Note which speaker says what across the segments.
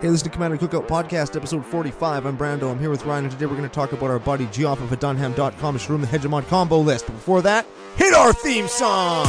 Speaker 1: Hey, listen to Commander Cookout Podcast, episode 45. I'm Brando. I'm here with Ryan, and today we're going to talk about our buddy Geoff of Dunham.com, Shroom the Hegemon combo list. But before that, hit our theme song!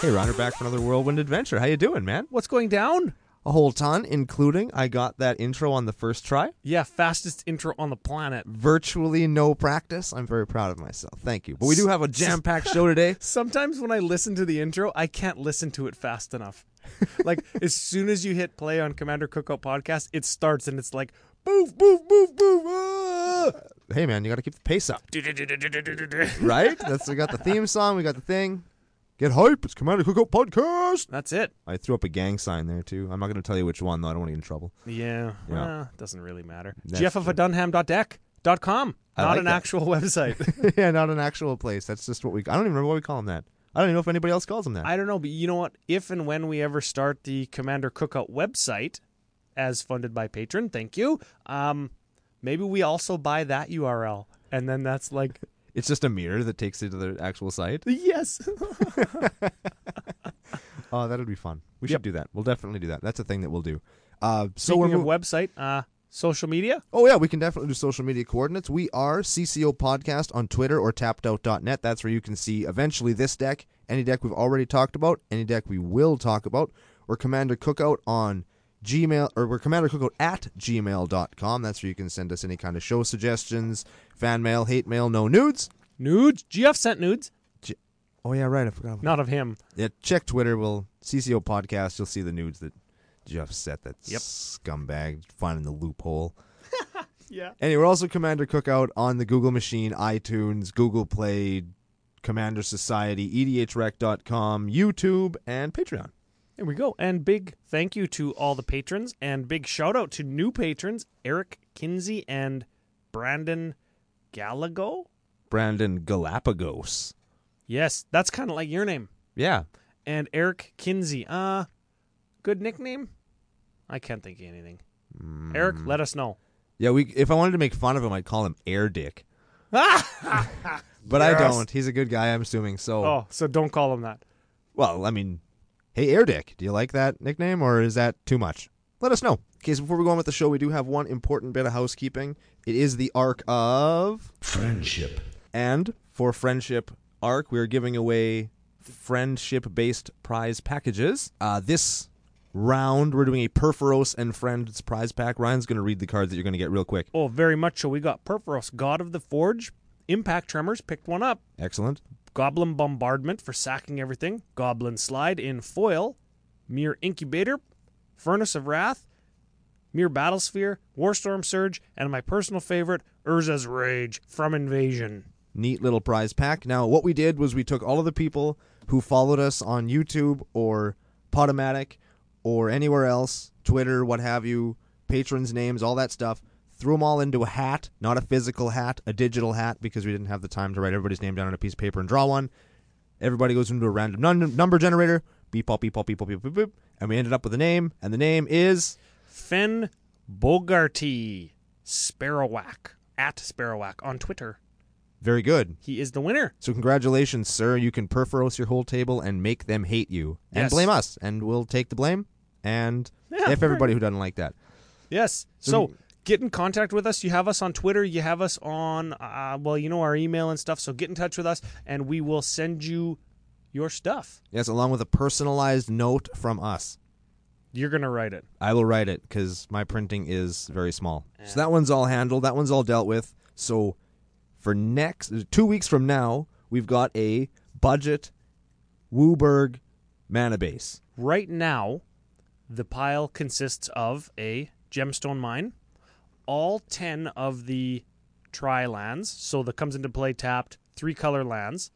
Speaker 1: Hey, Ron, we're back for another whirlwind adventure. How you doing, man?
Speaker 2: What's going down?
Speaker 1: A whole ton, including I got that intro on the first try.
Speaker 2: Yeah, fastest intro on the planet.
Speaker 1: Virtually no practice. I'm very proud of myself. Thank you. But we do have a jam-packed show today.
Speaker 2: Sometimes when I listen to the intro, I can't listen to it fast enough. like as soon as you hit play on Commander Cookout podcast, it starts and it's like boof boof boof boof. ah!
Speaker 1: Hey, man, you got to keep the pace up.
Speaker 2: Du-du-du-du-du-du-du-du.
Speaker 1: right? That's we got the theme song, we got the thing. Get hype! It's Commander Cookout Podcast.
Speaker 2: That's it.
Speaker 1: I threw up a gang sign there too. I'm not going to tell you which one though. I don't want to get in trouble.
Speaker 2: Yeah.
Speaker 1: Yeah.
Speaker 2: Well, doesn't really matter.
Speaker 1: That's
Speaker 2: Jeff of a Dunham.deck. Dot com.
Speaker 1: I
Speaker 2: Not
Speaker 1: like
Speaker 2: an
Speaker 1: that.
Speaker 2: actual website.
Speaker 1: yeah, not an actual place. That's just what we. I don't even remember what we call them that. I don't even know if anybody else calls them that.
Speaker 2: I don't know, but you know what? If and when we ever start the Commander Cookout website, as funded by Patron, thank you. Um, maybe we also buy that URL, and then that's like,
Speaker 1: it's just a mirror that takes you to the actual site.
Speaker 2: yes,
Speaker 1: Oh, that'd be fun. We should
Speaker 2: Yep.
Speaker 1: do that. We'll definitely do that. That's a thing that we'll do. Uh, so
Speaker 2: Speaking
Speaker 1: we're
Speaker 2: of website, uh, social media.
Speaker 1: Oh yeah, we can definitely do social media coordinates. We are CCO Podcast on Twitter or tappedout.net. That's where you can see eventually this deck, any deck we've already talked about, any deck we will talk about, or Commander Cookout on Gmail or we're Commander Cookout at gmail.com. That's where you can send us any kind of show suggestions, fan mail, hate mail, no nudes.
Speaker 2: Nudes. GF sent nudes.
Speaker 1: Oh yeah, right, I forgot about
Speaker 2: Not of him.
Speaker 1: Yeah, check Twitter, we'll CCO Podcast, you'll see the nudes that Jeff set that
Speaker 2: Yep.
Speaker 1: scumbag finding the loophole.
Speaker 2: Yeah.
Speaker 1: Anyway, we're also Commander Cookout on the Google Machine, iTunes, Google Play, Commander Society, E EDHREC.com, YouTube, and Patreon.
Speaker 2: There we go. And big thank you to all the patrons, and big shout out to new patrons Eric Kinsey and Brandon Gallego.
Speaker 1: Brandon Galapagos.
Speaker 2: Yes, that's kind of like your name.
Speaker 1: Yeah.
Speaker 2: and Eric Kinsey. Uh good nickname? I can't think of anything. Eric, let us know.
Speaker 1: Yeah, we if I wanted to make fun of him, I'd call him Air Dick. But I
Speaker 2: Yes.
Speaker 1: don't. He's a good guy, I'm assuming. So,
Speaker 2: oh, so don't call him that.
Speaker 1: well, I mean, hey, Air Dick, do you like that nickname or is that too much? Let us know. Okay, so before we go on with the show, we do have one important bit of housekeeping. It is the arc of
Speaker 3: Friendship.
Speaker 1: And for Friendship Arc, we're giving away friendship based prize packages. Uh, this round, we're doing a Perforos and Friends prize pack. Ryan's going to read the cards that you're going to get real quick.
Speaker 2: Oh, very much so. We got Perforos, God of the Forge, Impact Tremors, picked one up.
Speaker 1: Excellent.
Speaker 2: Goblin Bombardment for sacking everything. Goblin Slide in foil. Mere Incubator. Furnace of Wrath. Mere Battlesphere. Warstorm Surge. And my personal favorite, Urza's Rage from Invasion.
Speaker 1: Neat little prize pack. Now, what we did was we took all of the people who followed us on YouTube or Podomatic or anywhere else, Twitter, what have you, patrons' names, all that stuff, threw them all into a hat, not a physical hat, a digital hat, because we didn't have the time to write everybody's name down on a piece of paper and draw one. Everybody goes into a random nun- number generator. Beep, pop, beep, pop, beep, pop, beep, boop, boop. And we ended up with a name, and the name is
Speaker 2: Finn Bogarty Sparrowhack at Sparrowhack on Twitter.
Speaker 1: very good.
Speaker 2: He is the winner.
Speaker 1: So congratulations, sir. You can perforos your whole table and make them hate you and
Speaker 2: Yes.
Speaker 1: blame us, and we'll take the blame. And
Speaker 2: Yeah,
Speaker 1: if everybody who doesn't like that,
Speaker 2: Yes. So get in contact with us. You have us on Twitter. You have us on, uh, well, you know, our email and stuff. So get in touch with us and we will send you your stuff.
Speaker 1: yes, along with a personalized note from us,
Speaker 2: You're going to write it.
Speaker 1: I will write it because my printing is very small. So that one's all handled. That one's all dealt with. So for next two weeks from now, we've got a budget Wooberg mana base.
Speaker 2: Right now, the pile consists of a gemstone mine, all 10 of the tri lands, so that comes into play tapped three color lands,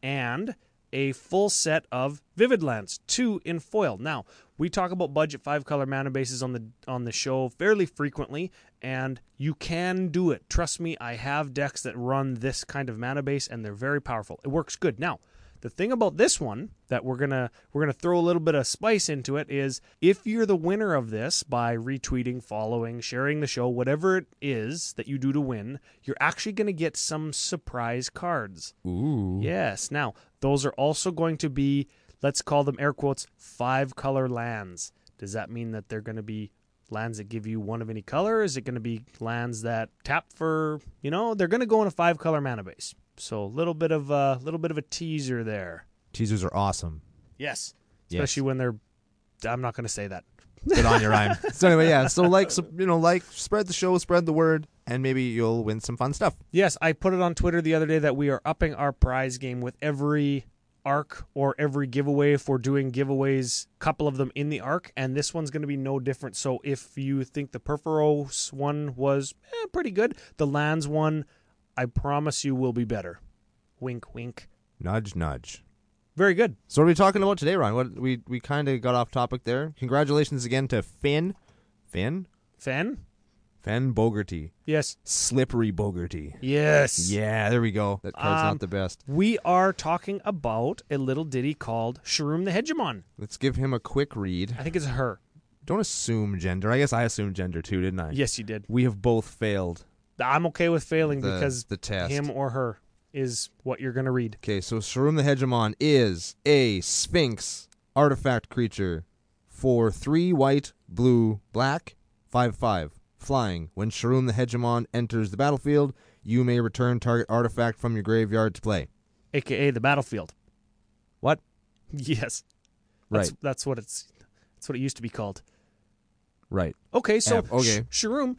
Speaker 2: and a full set of vivid lands, two in foil. Now, we talk about budget five color mana bases on the on the show fairly frequently, and you can do it. Trust me, I have decks that run this kind of mana base and they're very powerful. It works good. Now, the thing about this one that we're gonna we're gonna throw a little bit of spice into it is if you're the winner of this by retweeting, following, sharing the show, whatever it is that you do to win, you're actually gonna get some surprise cards.
Speaker 1: Ooh.
Speaker 2: Yes. Now Those are also going to be, let's call them air quotes, five color lands. Does that mean that they're going to be lands that give you one of any color? Is it going to be lands that tap for, you know, they're going to go in a five color mana base. So a little bit of a little bit of a teaser there.
Speaker 1: Teasers are awesome.
Speaker 2: Yes.
Speaker 1: Yes.
Speaker 2: Especially when they're I'm not going to say that.
Speaker 1: Get on your rhyme. So anyway, yeah. So like, so, you know, like, spread the show, spread the word, and maybe you'll win some fun stuff.
Speaker 2: Yes, I put it on Twitter the other day that we are upping our prize game with every arc or every giveaway if we're doing giveaways, couple of them in the arc, and this one's going to be no different. So if you think the Perforos one was eh, pretty good, the Lands one, I promise you will be better. Wink, wink.
Speaker 1: Nudge, nudge.
Speaker 2: Very good.
Speaker 1: So what are we talking about today, Ron? What we we kind of got off topic there. Congratulations again to Finn, Finn,
Speaker 2: Fan?
Speaker 1: Finn Bogarty,
Speaker 2: Yes.
Speaker 1: slippery Bogarty.
Speaker 2: Yes.
Speaker 1: Yeah, there we go. That card's
Speaker 2: Um,
Speaker 1: not the best.
Speaker 2: We are talking about a little ditty called Shroom the Hegemon.
Speaker 1: Let's give him a quick read.
Speaker 2: I think it's her.
Speaker 1: Don't assume gender. I guess I assumed gender too, didn't I?
Speaker 2: Yes, you did.
Speaker 1: We have both failed
Speaker 2: I'm okay with failing
Speaker 1: the,
Speaker 2: because
Speaker 1: the test.
Speaker 2: him or her is what you're going to read.
Speaker 1: Okay, so Shroom the Hegemon is a Sphinx artifact creature for three white, blue, black, 5 5. Flying. When Shroom the Hegemon enters the battlefield, you may return target artifact from your graveyard to play.
Speaker 2: aka the battlefield.
Speaker 1: What?
Speaker 2: Yes, that's,
Speaker 1: Right,
Speaker 2: That's what it's. That's what it used to be called.
Speaker 1: right.
Speaker 2: Okay, so
Speaker 1: Yeah, okay.
Speaker 2: Sh- Shroom,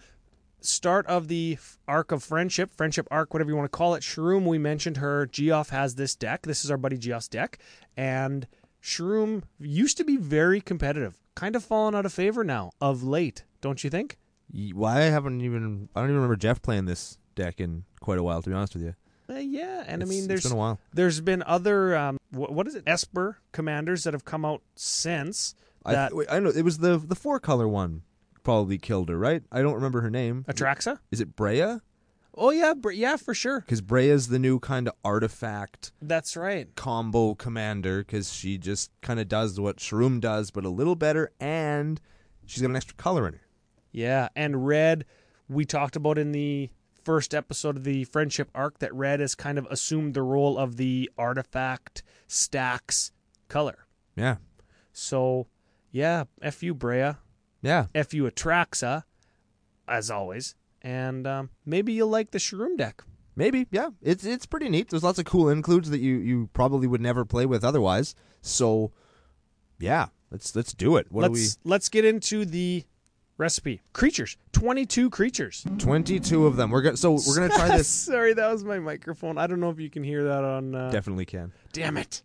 Speaker 2: start of the f- arc of friendship, friendship arc, whatever you want to call it. Shroom, we mentioned her. Geoff has this deck. This is our buddy Geoff's deck, and Shroom used to be very competitive. Kind of fallen out of favor now of late, don't you think?
Speaker 1: Y- Why I haven't even. I don't even remember Jeff playing this deck in quite a while, to be honest with you.
Speaker 2: Uh, yeah, and
Speaker 1: It's-
Speaker 2: I mean,
Speaker 1: it's
Speaker 2: there's
Speaker 1: been a while.
Speaker 2: there's been other um, wh- what is it? Esper commanders that have come out since
Speaker 1: I,
Speaker 2: that
Speaker 1: wait, I know. It was the, the four color one probably killed her, right? I don't remember her name.
Speaker 2: Atraxa.
Speaker 1: Is it Brea?
Speaker 2: Oh yeah, br- yeah, for sure.
Speaker 1: Because Brea's the new kind of artifact
Speaker 2: That's right.
Speaker 1: combo commander because she just kind of does what Shroom does, but a little better, and she's got an extra color in her.
Speaker 2: Yeah, and Red, we talked about in the first episode of the friendship arc that Red has kind of assumed the role of the artifact stacks color.
Speaker 1: Yeah,
Speaker 2: So, yeah, fu Brea,
Speaker 1: yeah.
Speaker 2: fu Atraxa, as always, and um, maybe you'll like the Shroom deck.
Speaker 1: Maybe, yeah. It's it's pretty neat. There's lots of cool includes that you you probably would never play with otherwise. So, yeah, let's let's do it. What
Speaker 2: let's let's get into the recipe. Creatures, twenty-two creatures.
Speaker 1: are we? Twenty two of them. We're gonna so we're gonna try this.
Speaker 2: Sorry, that was my microphone. I don't know if you can hear that on. Uh,
Speaker 1: Definitely can.
Speaker 2: damn it.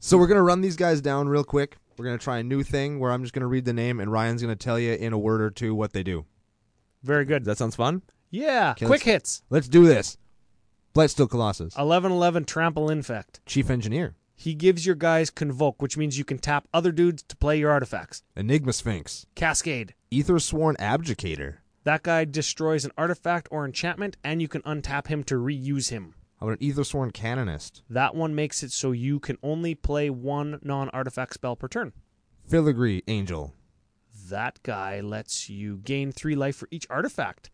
Speaker 1: So we're gonna run these guys down real quick. We're gonna try a new thing where I'm just gonna read the name and Ryan's gonna tell you in a word or two what they do.
Speaker 2: Very good.
Speaker 1: That sounds fun.
Speaker 2: Yeah.
Speaker 1: Okay,
Speaker 2: Quick hits.
Speaker 1: Let's do this. Blightsteel Colossus,
Speaker 2: Um, 1111 Trample Infect.
Speaker 1: Chief Engineer.
Speaker 2: He gives your guys Convoke, which means you can tap other dudes to play your artifacts.
Speaker 1: Enigma Sphinx,
Speaker 2: Cascade.
Speaker 1: Ether Sworn Abdicator.
Speaker 2: That guy destroys an artifact or enchantment, and you can untap him to reuse him.
Speaker 1: How about an Ether Sworn Canonist?
Speaker 2: That one makes it so you can only play one non artifact spell per turn.
Speaker 1: Filigree Angel,
Speaker 2: That guy lets you gain three life for each artifact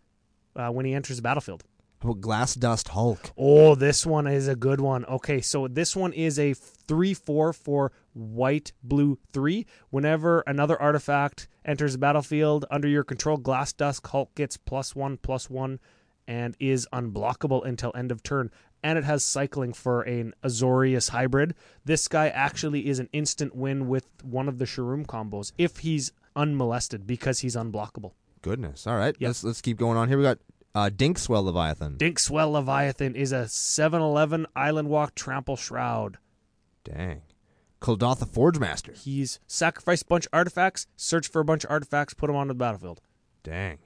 Speaker 2: uh, when he enters the battlefield.
Speaker 1: how about Glass Dust Hulk?
Speaker 2: Oh, this one is a good one. Okay, so this one is a 3 4 for white, blue, 3. Whenever another artifact enters the battlefield under your control, Glass Dusk Hulk gets plus 1, plus 1, and is unblockable until end of turn. And it has cycling for an Azorius hybrid. This guy actually is an instant win with one of the Shroom combos if he's unmolested because he's unblockable.
Speaker 1: Goodness, all right.
Speaker 2: Yeah.
Speaker 1: Let's let's keep going on here. We got uh, Dinkswell Leviathan.
Speaker 2: Dinkswell Leviathan is a 7 11 Island Walk Trample Shroud.
Speaker 1: Dang. Koldotha Forge Master.
Speaker 2: He's sacrifice a bunch of artifacts, search for a bunch of artifacts, put them onto the battlefield.
Speaker 1: Dang.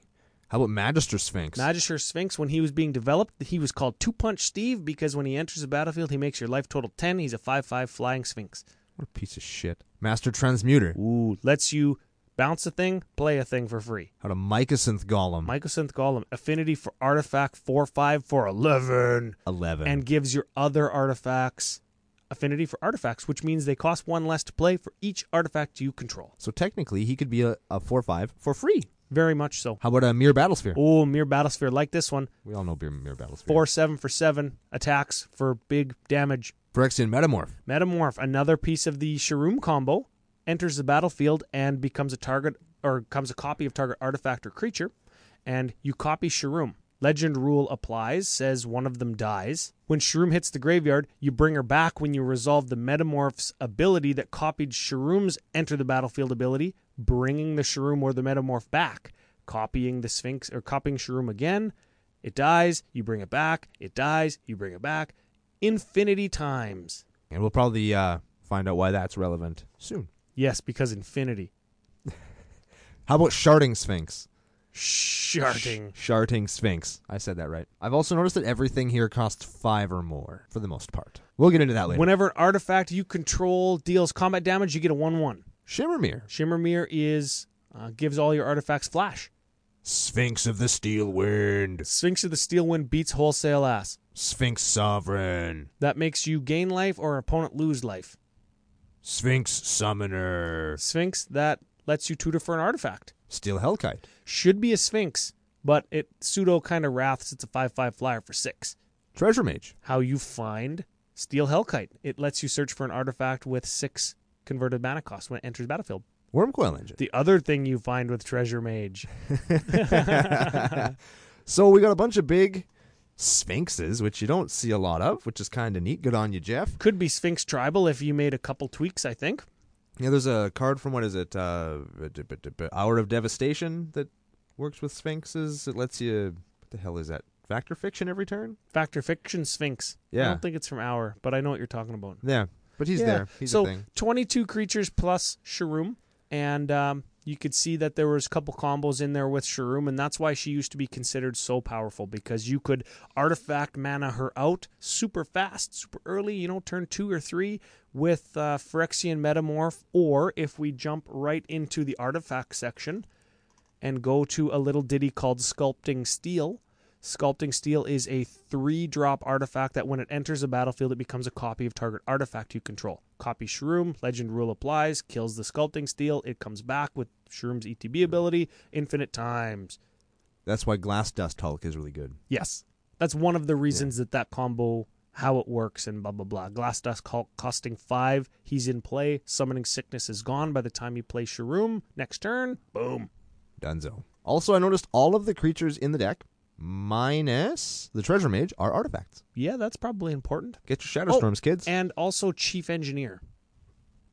Speaker 1: How about Magister Sphinx?
Speaker 2: Magister Sphinx, when he was being developed, he was called Two Punch Steve because when he enters the battlefield, he makes your life total 10. He's a 5 5 flying Sphinx.
Speaker 1: what a piece of shit. Master Transmuter.
Speaker 2: Ooh, lets you bounce a thing, play a thing for free.
Speaker 1: How about Mycosynth Golem?
Speaker 2: Mycosynth Golem, affinity for artifact 4 5 for 11,
Speaker 1: 11.
Speaker 2: and gives your other artifacts affinity for artifacts, which means they cost one less to play for each artifact you control.
Speaker 1: so technically, he could be a, a 4 5 for free.
Speaker 2: Very much so.
Speaker 1: How about a Mere Battlesphere?
Speaker 2: Oh, Mere Battlesphere, like this one.
Speaker 1: We all know Mere Battlesphere.
Speaker 2: four seven for seven attacks for big damage.
Speaker 4: Phyrexian Metamorph.
Speaker 2: Metamorph, another piece of the Shroom combo, enters the battlefield and becomes a target or becomes a copy of target artifact or creature, and you copy Shroom. Legend rule applies, says one of them dies. When Shroom hits the graveyard, you bring her back when you resolve the Metamorph's ability that copied Shroom's enter the battlefield ability, bringing the Shroom or the Metamorph back, copying the Sphinx or copying Shroom again. It dies, you bring it back, it dies, you bring it back. Infinity times.
Speaker 4: And we'll probably uh, find out why that's relevant soon.
Speaker 2: Yes, because infinity.
Speaker 4: How about Sharding Sphinx?
Speaker 2: Sharding.
Speaker 4: Sharding Sphinx. I said that right. I've also noticed that everything here costs five or more for the most part. We'll get into that later.
Speaker 2: Whenever an artifact you control deals combat damage, you get a 1 1.
Speaker 4: Shimmermere.
Speaker 2: Shimmermere is, uh, gives all your artifacts flash.
Speaker 4: Sphinx of the Steel Wind.
Speaker 2: Sphinx of the Steel Wind beats wholesale ass.
Speaker 4: Sphinx Sovereign.
Speaker 2: That makes you gain life or opponent lose life.
Speaker 4: Sphinx Summoner.
Speaker 2: Sphinx, that lets you tutor for an artifact.
Speaker 4: Steel Hellkite.
Speaker 2: Should be a Sphinx, but it pseudo kind of wraths. It's a 5 5 flyer for 6.
Speaker 4: Treasure Mage.
Speaker 2: How you find Steel Hellkite. It lets you search for an artifact with 6 converted mana cost when it enters battlefield.
Speaker 4: Wormcoil Engine.
Speaker 2: The other thing you find with Treasure Mage.
Speaker 4: so we got a bunch of big sphinxes, which you don't see a lot of, which is kind of neat. Good on you, Jeff.
Speaker 2: Could be Sphinx Tribal if you made a couple tweaks, I think.
Speaker 4: Yeah, there's a card from what is it? Uh, d- b- d- b- Hour of Devastation that works with sphinxes. It lets you. What the hell is that? Factor fiction every turn.
Speaker 2: Factor Fiction Sphinx. I
Speaker 4: Yeah.
Speaker 2: don't think it's from Hour, but I know what you're talking about.
Speaker 4: Yeah, but he's
Speaker 2: Yeah.
Speaker 4: there. He's
Speaker 2: so
Speaker 4: a thing.
Speaker 2: 22 creatures plus Shroom, and um, you could see that there was a couple combos in there with Shroom, and that's why she used to be considered so powerful because you could artifact mana her out super fast, super early, you know, turn two or three with uh, Phyrexian Metamorph, or if we jump right into the artifact section and go to a little ditty called Sculpting Steel. Sculpting Steel is a three drop artifact that when it enters a battlefield, it becomes a copy of target artifact you control. Copy Shroom, legend rule applies, kills the Sculpting Steel, it comes back with Shroom's ETB ability infinite times.
Speaker 4: That's why Glass Dust Hulk is really good.
Speaker 2: Yes. That's one of the reasons that that combo, how it works, and blah, blah, blah. Glass Dust Hulk costing five, he's in play. Summoning Sickness is gone by the time you play Shroom. Next turn, boom.
Speaker 4: Dunzo. Also, I noticed all of the creatures in the deck, minus the Treasure Mage, are artifacts. Oh.
Speaker 2: Yeah, that's probably important.
Speaker 4: Get your Shadowstorms, kids.
Speaker 2: And also Chief Engineer.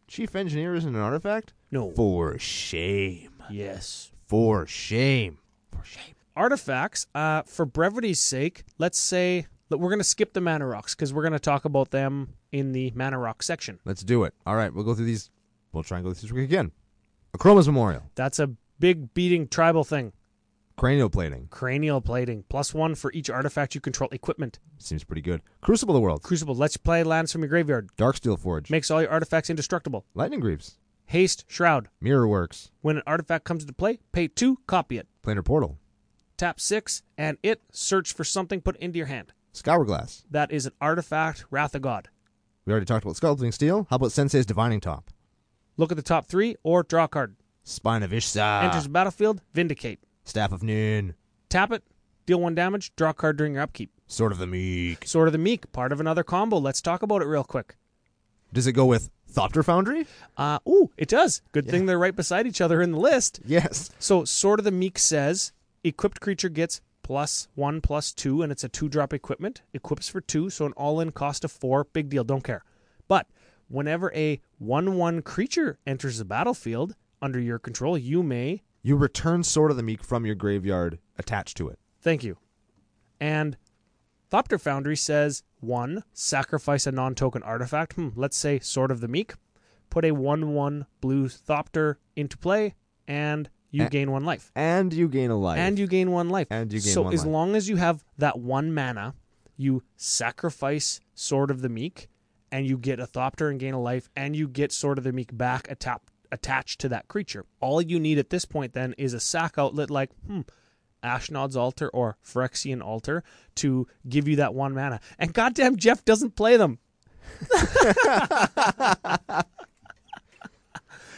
Speaker 4: Chief Engineer isn't an artifact?
Speaker 2: No.
Speaker 4: For shame.
Speaker 2: Yes.
Speaker 4: For shame. For shame.
Speaker 2: artifacts, uh, for brevity's sake, let's say that we're going to skip the mana rocks because we're going to talk about them in the mana rock section.
Speaker 4: Let's do it. All right, we'll go through these. We'll try and go through this week again. Achroma's Memorial.
Speaker 2: That's a big beating tribal thing.
Speaker 4: Cranial plating.
Speaker 2: Cranial plating, plus one for each artifact you control. Equipment.
Speaker 4: Seems pretty good. Crucible of the World.
Speaker 2: Crucible lets you play lands from your graveyard.
Speaker 4: Darksteel Forge.
Speaker 2: Makes all your artifacts indestructible.
Speaker 4: Lightning Greaves.
Speaker 2: Haste, Shroud.
Speaker 4: Mirror Works.
Speaker 2: When an artifact comes into play, pay two, copy it.
Speaker 4: Planar Portal.
Speaker 2: Tap six, and it, search for something, put it into your hand.
Speaker 4: Scour Glass.
Speaker 2: That is an artifact, Wrath of God.
Speaker 4: We already talked about Sculpting Steel. How about Sensei's Divining Top?
Speaker 2: Look at the top three or draw a card.
Speaker 4: Spine of Ishsa.
Speaker 2: Enters the battlefield, Vindicate.
Speaker 4: Staff of Noon.
Speaker 2: Tap it, deal one damage, draw a card during your upkeep.
Speaker 4: Sword of the Meek.
Speaker 2: Sword of the Meek, part of another combo. Let's talk about it real quick.
Speaker 4: Does it go with Thopter Foundry?
Speaker 2: Uh, ooh, it does. Good thing they're right beside each other in the list.
Speaker 4: Yes.
Speaker 2: So, Sword of the Meek says equipped creature gets plus one, plus two, and it's a two drop equipment. Equips for two, so an all in cost of four. Big deal, don't care. But whenever a 1 1 creature enters the battlefield under your control, you may
Speaker 4: You return Sword of the Meek from your graveyard attached to it.
Speaker 2: Thank you. And Thopter Foundry says one, sacrifice a non token artifact. Hmm, let's say Sword of the Meek. Put a 1 1 blue Thopter into play, and you
Speaker 4: A-
Speaker 2: gain one life.
Speaker 4: And you gain a life.
Speaker 2: And you gain one life.
Speaker 4: And you gain
Speaker 2: so
Speaker 4: one
Speaker 2: as
Speaker 4: life.
Speaker 2: long as you have that one mana, you sacrifice Sword of the Meek, and you get a Thopter and gain a life, and you get Sword of the Meek back atop, attached to that creature. All you need at this point then is a sac outlet like, hmm, Ashnod's Altar or Phyrexian Altar to give you that one mana. And goddamn, Jeff doesn't play them.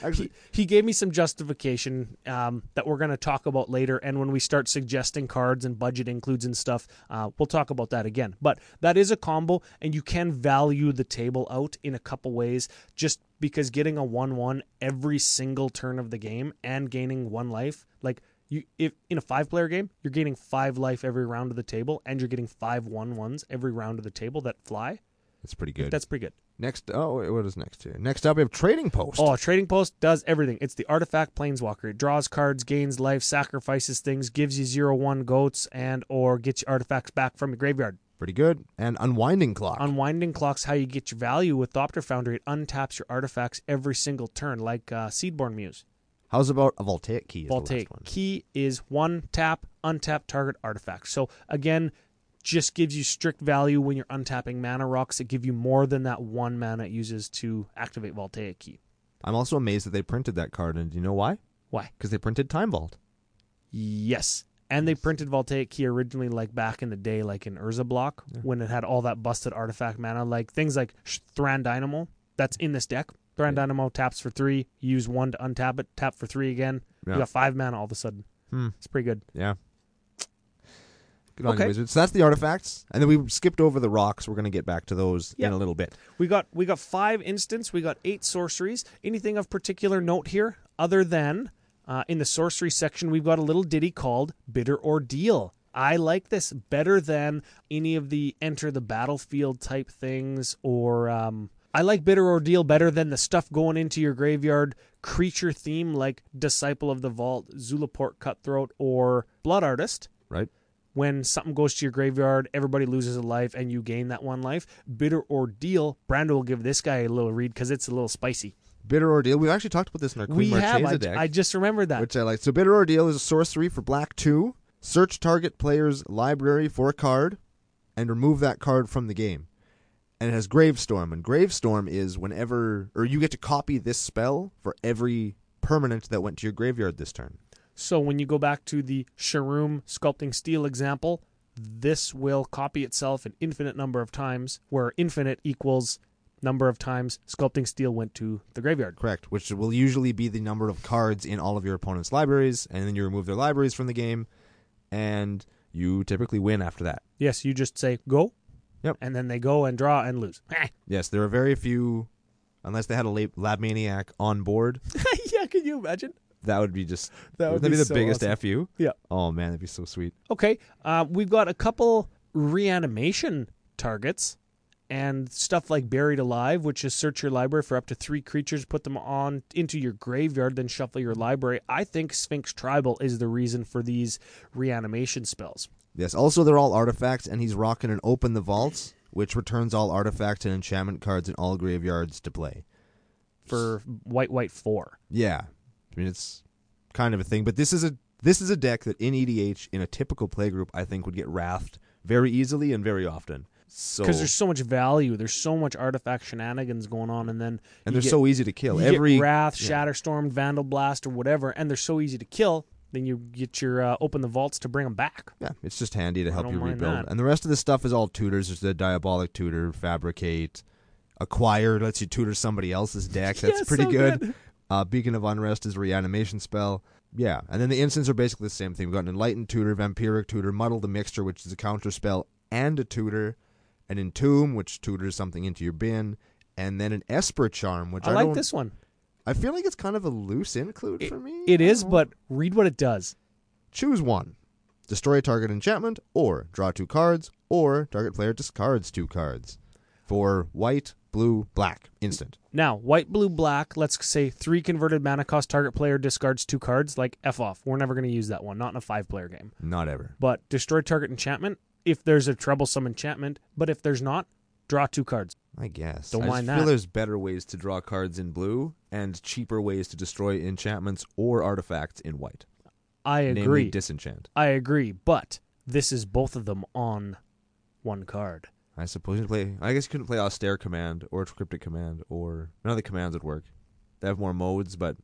Speaker 4: Actually,
Speaker 2: he gave me some justification um, that we're going to talk about later. And when we start suggesting cards and budget includes and stuff, uh, we'll talk about that again. But that is a combo, and you can value the table out in a couple ways just because getting a 1 1 every single turn of the game and gaining one life, like, you, if in a five player game, you're gaining five life every round of the table, and you're getting five one ones every round of the table that fly.
Speaker 4: That's pretty good.
Speaker 2: That's pretty good.
Speaker 4: next, oh, wait, what is next here? Next up, we have Trading Post.
Speaker 2: Oh, Trading Post does everything. It's the artifact planeswalker. It draws cards, gains life, sacrifices things, gives you zero one goats and or gets your artifacts back from your graveyard.
Speaker 4: Pretty good. And Unwinding Clock.
Speaker 2: Unwinding clocks how you get your value with Thopter Foundry. It untaps your artifacts every single turn, like uh, Seedborn Muse.
Speaker 4: How's about a Voltaic Key? Is
Speaker 2: Voltaic
Speaker 4: The last one.
Speaker 2: key is one tap, untap target artifact. So again, just gives you strict value when you're untapping mana rocks that give you more than that one mana it uses to activate Voltaic key.
Speaker 4: I'm also amazed that they printed that card, and do you know why?
Speaker 2: Why?
Speaker 4: Because they printed Time Vault.
Speaker 2: Yes. And they printed Voltaic Key originally, like back in the day, like in Urza block, when it had all that busted artifact mana, like things like Sh- Thran Dynamo, that's in this deck. Thran Dynamo taps for three, you use one to untap it, tap for three again.
Speaker 4: Yeah.
Speaker 2: You got five mana all of a sudden.
Speaker 4: Hmm.
Speaker 2: It's pretty good.
Speaker 4: Yeah. Good on you,
Speaker 2: Okay.
Speaker 4: Wizards. So that's the artifacts, and then we skipped over the rocks. We're going to get back to those in
Speaker 2: Yeah.
Speaker 4: a little bit.
Speaker 2: We got we got five instants. We got eight sorceries. Anything of particular note here, other than uh, in the sorcery section, we've got a little ditty called "Bitter Ordeal." I like this better than any of the enter the battlefield type things, or um, I like "Bitter Ordeal" better than the stuff going into your graveyard creature theme like Disciple of the Vault, Zulaport Cutthroat, or Blood Artist
Speaker 4: Right?
Speaker 2: when something goes to your graveyard, everybody loses a life and you gain that one life. Bitter Ordeal, Brando will give this guy a little read because it's a little spicy.
Speaker 4: Bitter Ordeal. We've actually talked about this in our Queen
Speaker 2: we have.
Speaker 4: Marchesa
Speaker 2: I,
Speaker 4: deck.
Speaker 2: I just remembered that.
Speaker 4: which I like. So Bitter Ordeal is a sorcery for black two. Search target player's library for a card, and remove that card from the game. And it has Gravestorm, and Gravestorm is whenever or you get to copy this spell for every permanent that went to your graveyard this turn.
Speaker 2: so when you go back to the Sharoom Sculpting Steel example, this will copy itself an infinite number of times, where infinite equals number of times Sculpting Steel went to the graveyard.
Speaker 4: Correct, which will usually be the number of cards in all of your opponent's libraries, and then you remove their libraries from the game, and you typically win after that.
Speaker 2: Yes, you just say go.
Speaker 4: Yep.
Speaker 2: And then they go and draw and lose.
Speaker 4: Yes, there are very few, unless they had a lab, lab maniac on board,
Speaker 2: yeah, can you imagine?
Speaker 4: that would be just
Speaker 2: That would
Speaker 4: that'd
Speaker 2: be
Speaker 4: the
Speaker 2: so
Speaker 4: biggest
Speaker 2: awesome.
Speaker 4: fu.
Speaker 2: Yeah.
Speaker 4: Oh man, that'd be so sweet.
Speaker 2: Okay, uh, we've got a couple reanimation targets and stuff like Buried Alive, which is search your library for up to three creatures, put them on into your graveyard, then shuffle your library. I think Sphinx Tribal is the reason for these reanimation spells.
Speaker 4: Yes. Also, they're all artifacts, and he's rocking an open the vaults, which returns all artifacts and enchantment cards in all graveyards to play.
Speaker 2: For white, white four,
Speaker 4: Yeah, I mean it's kind of a thing, but this is a this is a deck that in EDH in a typical playgroup I think would get wrathed very easily and very often. So
Speaker 2: because there's so much value, there's so much artifact shenanigans going on, and then you
Speaker 4: and they're
Speaker 2: get-
Speaker 4: so easy to kill.
Speaker 2: you
Speaker 4: Every
Speaker 2: get wrath,
Speaker 4: yeah.
Speaker 2: Shatterstorm, Vandal Blast, or whatever, and they're so easy to kill. Then you get your uh, open the vaults to bring them back.
Speaker 4: Yeah, it's just handy to help
Speaker 2: don't
Speaker 4: you
Speaker 2: mind
Speaker 4: rebuild.
Speaker 2: that.
Speaker 4: And the rest of the stuff is all tutors. There's the diabolic tutor, fabricate, acquire lets you tutor somebody else's deck. That's
Speaker 2: Yeah,
Speaker 4: pretty
Speaker 2: so
Speaker 4: good.
Speaker 2: good.
Speaker 4: Uh, Beacon of Unrest is a reanimation spell. Yeah, and then the instants are basically the same thing. We've got an enlightened tutor, vampiric tutor, muddle the mixture, which is a counter spell and a tutor, an entomb, which tutors something into your bin, and then an esper charm, which I,
Speaker 2: I like
Speaker 4: don't-
Speaker 2: this one.
Speaker 4: I feel like it's kind of a loose include for me.
Speaker 2: It
Speaker 4: I
Speaker 2: is,
Speaker 4: don't know.
Speaker 2: but read what it does.
Speaker 4: Choose one. Destroy a target enchantment, or draw two cards, or target player discards two cards. For white, blue, black, instant.
Speaker 2: Now, white, blue, black, let's say three converted mana cost target player discards two cards, like F off. We're never going to use that one, not in a five player game.
Speaker 4: Not ever.
Speaker 2: But destroy target enchantment if there's a troublesome enchantment, but if there's not, draw two cards.
Speaker 4: I guess.
Speaker 2: Don't
Speaker 4: I
Speaker 2: mind
Speaker 4: just feel
Speaker 2: that.
Speaker 4: there's better ways to draw cards in blue and cheaper ways to destroy enchantments or artifacts in white.
Speaker 2: I
Speaker 4: Namely
Speaker 2: agree.
Speaker 4: disenchant.
Speaker 2: I agree, but this is both of them on one card.
Speaker 4: I suppose you play I guess you couldn't play austere command or cryptic command or none of the commands would work. They have more modes, but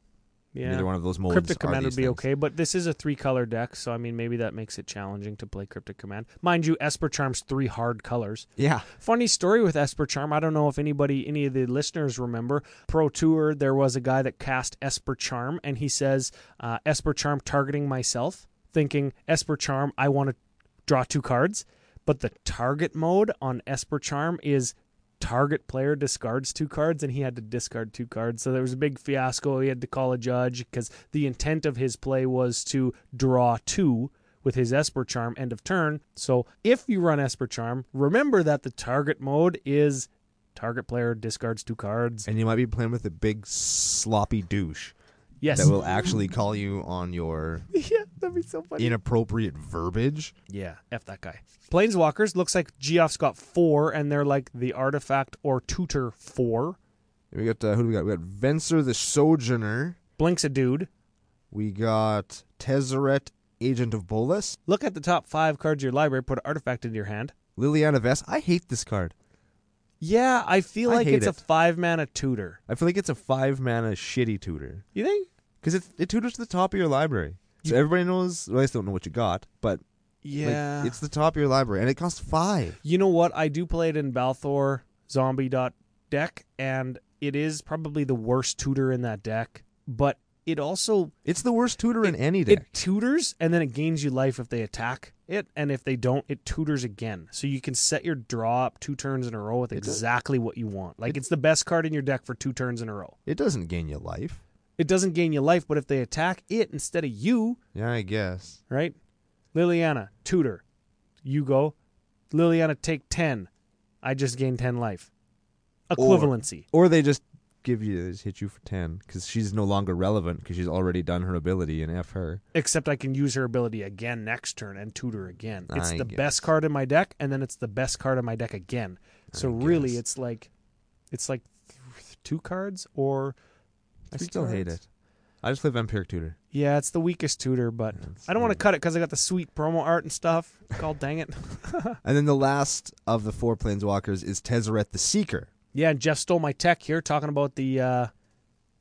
Speaker 2: Yeah.
Speaker 4: Neither one of those molds.
Speaker 2: Cryptic
Speaker 4: are
Speaker 2: Command would
Speaker 4: these
Speaker 2: be
Speaker 4: things.
Speaker 2: okay, but this is a three color deck, so I mean maybe that makes it challenging to play Cryptic Command. Mind you, Esper Charm's three hard colors.
Speaker 4: Yeah.
Speaker 2: Funny story with Esper Charm. I don't know if anybody, any of the listeners remember Pro Tour. There was a guy that cast Esper Charm, and he says uh, Esper Charm targeting myself, thinking Esper Charm. I want to draw two cards, but the target mode on Esper Charm is target player discards two cards and he had to discard two cards so there was a big fiasco he had to call a judge because the intent of his play was to draw two with his Esper Charm end of turn. So if you run Esper Charm, remember that the target mode is target player discards two cards.
Speaker 4: And you might be playing with a big sloppy douche
Speaker 2: Yes.
Speaker 4: that will actually call you on your
Speaker 2: yeah, that'd be so funny.
Speaker 4: inappropriate verbiage.
Speaker 2: Yeah, F that guy. Planeswalkers looks like Geoff's got four, and they're like the artifact or tutor four.
Speaker 4: We got uh, who do we got? We got Venser the Sojourner.
Speaker 2: Blinks a dude.
Speaker 4: We got Tezzeret, Agent of Bolus.
Speaker 2: Look at the top five cards of your library, put an artifact into your hand.
Speaker 4: Liliana Vess. I hate this card.
Speaker 2: Yeah, I feel
Speaker 4: I
Speaker 2: like
Speaker 4: hate
Speaker 2: it's a
Speaker 4: it.
Speaker 2: five mana tutor.
Speaker 4: I feel like it's a five mana shitty tutor
Speaker 2: You think?
Speaker 4: because it it tutors to the top of your library, so everybody knows. Well, I still don't know what you got, but like,
Speaker 2: Yeah.
Speaker 4: it's the top of your library, and it costs five.
Speaker 2: You know what? I do play it in Balthor Zombie dot deck, and it is probably the worst tutor in that deck. But it also
Speaker 4: It's the worst tutor in any deck.
Speaker 2: it tutors, and then it gains you life if they attack it, and if they don't, it tutors again. So you can set your draw up two turns in a row with
Speaker 4: does.
Speaker 2: exactly what you want. Like it's the best card in your deck for two turns in a row.
Speaker 4: It doesn't gain you life.
Speaker 2: It doesn't gain you life, but if they attack it instead of you,
Speaker 4: Yeah, I guess.
Speaker 2: right? Liliana, tutor. You go. Liliana, take 10. I just gain 10 life. Equivalency.
Speaker 4: Or they just give you they just hit you for ten because she's no longer relevant because she's already done her ability and f her.
Speaker 2: Except I can use her ability again next turn and tutor again. It's
Speaker 4: I
Speaker 2: the
Speaker 4: guess.
Speaker 2: best card in my deck, and then it's the best card in my deck again. So really,
Speaker 4: guess.
Speaker 2: it's like, it's like th- two cards or.
Speaker 4: I
Speaker 2: three
Speaker 4: still hate
Speaker 2: cards.
Speaker 4: it. I just play vampiric tutor.
Speaker 2: Yeah, it's the weakest tutor, but
Speaker 4: That's
Speaker 2: I don't want to
Speaker 4: weird.
Speaker 2: cut it because I got the sweet promo art and stuff. God dang it!
Speaker 4: And then the last of the four planeswalkers is Tezzeret the Seeker.
Speaker 2: Yeah, and Jeff stole my tech here, talking about the uh,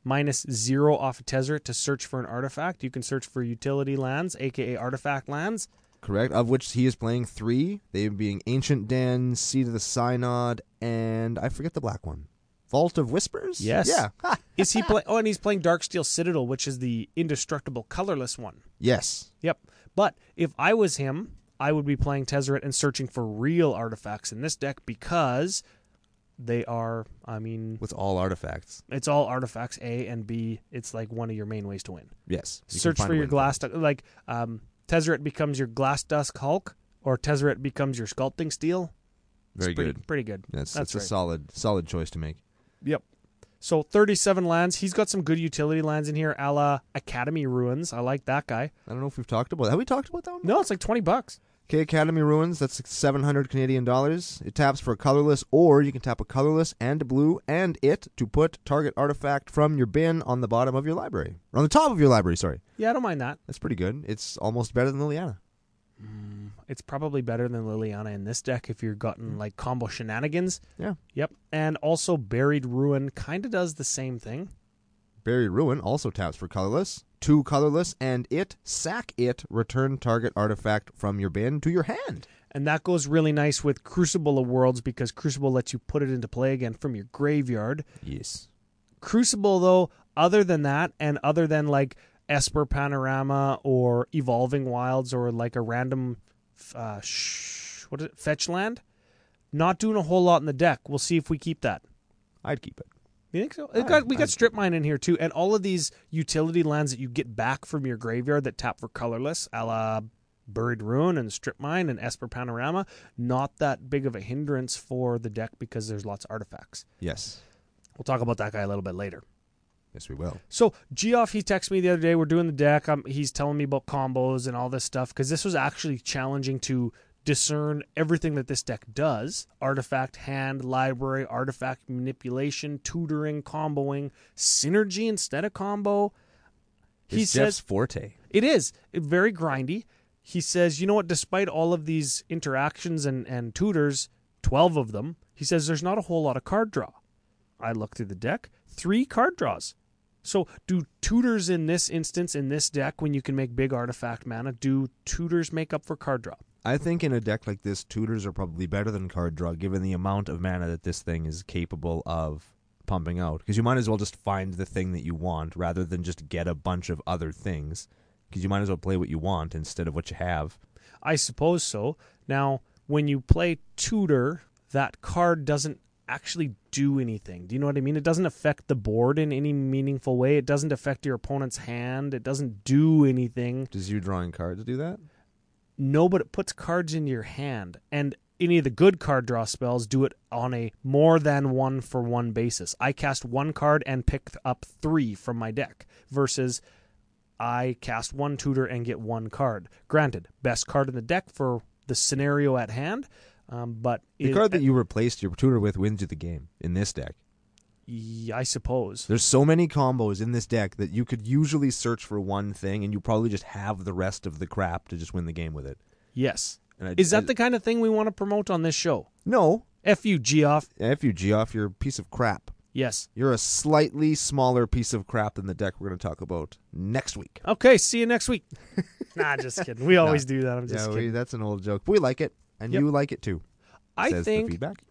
Speaker 2: minus zero off of Tezzeret to search for an artifact. You can search for utility lands, aka artifact lands.
Speaker 4: Correct. Of which he is playing three, they being Ancient Den, Seed of the Synod, and I forget the black one. Vault of Whispers?
Speaker 2: Yes.
Speaker 4: Yeah. Ha.
Speaker 2: Is he playing? Oh, and he's playing Darksteel Citadel, which is the indestructible, colorless one.
Speaker 4: Yes.
Speaker 2: Yep. But if I was him, I would be playing Tezzeret and searching for real artifacts in this deck because they are. I mean,
Speaker 4: With all artifacts.
Speaker 2: it's all artifacts. A and B. It's like one of your main ways to win.
Speaker 4: Yes. You can
Speaker 2: search
Speaker 4: find
Speaker 2: for
Speaker 4: a
Speaker 2: your
Speaker 4: way to
Speaker 2: glass du- like um Tezzeret becomes your glass dusk hulk or Tezzeret becomes your sculpting steel
Speaker 4: find it. Very
Speaker 2: it's pretty,
Speaker 4: good.
Speaker 2: pretty good
Speaker 4: That's,
Speaker 2: That's
Speaker 4: that's,
Speaker 2: right.
Speaker 4: a solid solid choice to make.
Speaker 2: yep so 37 lands he's got some good utility lands in here a la academy ruins i like that guy
Speaker 4: I don't know if we've talked about Have we talked about that one?
Speaker 2: no it's like 20 bucks
Speaker 4: Okay, Academy Ruins, that's 700 Canadian dollars. It taps for a colorless, or you can tap a colorless and a blue and it to put target artifact from your bin on the bottom of your library. Or on the top of your library, sorry.
Speaker 2: yeah i don't mind that
Speaker 4: That's pretty good. It's almost better than Liliana.
Speaker 2: it's probably better than liliana in this deck if you're gotten like combo shenanigans
Speaker 4: Yeah.
Speaker 2: yep and also buried ruin kind of does the same thing
Speaker 4: Barry Ruin also taps for colorless. Two colorless and it, sack it, return target artifact from your bin to your hand.
Speaker 2: And that goes really nice with Crucible of Worlds because Crucible lets you put it into play again from your graveyard.
Speaker 4: Yes.
Speaker 2: Crucible, though, other than that, and other than like Esper Panorama or Evolving Wilds or like a random uh, sh- what is it, fetch land, not doing a whole lot in the deck. We'll see if we keep that.
Speaker 4: I'd keep it.
Speaker 2: You think so? It
Speaker 4: I-
Speaker 2: got, we
Speaker 4: I-
Speaker 2: got strip mine in here too, and all of these utility lands that you get back from your graveyard that tap for colorless, a la buried ruin and strip mine and Esper Panorama, not that big of a hindrance for the deck because there's lots of artifacts.
Speaker 4: Yes.
Speaker 2: We'll talk about that guy a little bit later.
Speaker 4: Yes, we will.
Speaker 2: So Geoff, he texted me the other day. We're doing the deck. Um he's telling me about combos and all this stuff because this was actually challenging to discern everything that this deck does: artifact, hand, library, artifact manipulation, tutoring, comboing, synergy instead of combo. He
Speaker 4: It's
Speaker 2: says
Speaker 4: Jeff's forte.
Speaker 2: it is it- very grindy. He says, you know what? Despite all of these interactions and and tutors, twelve of them, he says there's not a whole lot of card draw. I look through the deck, three card draws. So do tutors in this instance in this deck when you can make big artifact mana? Do tutors make up for card draw?
Speaker 4: I think in a deck like this, tutors are probably better than card draw, given the amount of mana that this thing is capable of pumping out. Because you might as well just find the thing that you want rather than just get a bunch of other things. Because you might as well play what you want instead of what you have.
Speaker 2: I suppose so. Now, when you play tutor, that card doesn't actually do anything. Do you know what I mean? It doesn't affect the board in any meaningful way. It doesn't affect your opponent's hand. It doesn't do anything.
Speaker 4: Does you drawing cards do that?
Speaker 2: No, but it puts cards into your hand. And any of the good card draw spells do it on a more than one for one basis. I cast one card and pick up three from my deck versus I cast one tutor and get one card. Granted, best card in the deck for the scenario at hand. Um, but
Speaker 4: The
Speaker 2: it-
Speaker 4: card that you replaced your tutor with wins you the game in this deck.
Speaker 2: Yeah, I suppose.
Speaker 4: There's so many combos in this deck that you could usually search for one thing and you probably just have the rest of the crap to just win the game with it.
Speaker 2: Yes.
Speaker 4: And I-
Speaker 2: Is
Speaker 4: I-
Speaker 2: that the kind of thing we want to promote on this show?
Speaker 4: No.
Speaker 2: F you, Geoff.
Speaker 4: If you Geoff, you're a piece of crap.
Speaker 2: Yes.
Speaker 4: You're a slightly smaller piece of crap than the deck we're going to talk about next week.
Speaker 2: Okay, see you next week. nah, just kidding. We always do that. I'm just
Speaker 4: Yeah,
Speaker 2: kidding.
Speaker 4: we, that's an old joke. But we like it, and
Speaker 2: Yep.
Speaker 4: you like it too.
Speaker 2: I
Speaker 4: says the
Speaker 2: think
Speaker 4: feedback.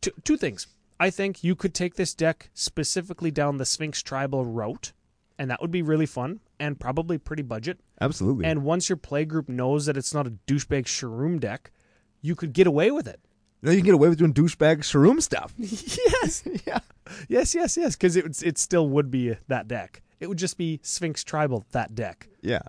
Speaker 2: two, two things. I think you could take this deck specifically down the Sphinx Tribal route, and that would be really fun and probably pretty budget.
Speaker 4: Absolutely.
Speaker 2: And once your playgroup knows that it's not a douchebag shroom deck, you could get away with it.
Speaker 4: now you can get away with doing douchebag shroom stuff.
Speaker 2: yes.
Speaker 4: yeah.
Speaker 2: Yes, yes, yes. Because it, would- it still would be that deck. It would just be Sphinx Tribal, that deck.
Speaker 4: Yeah.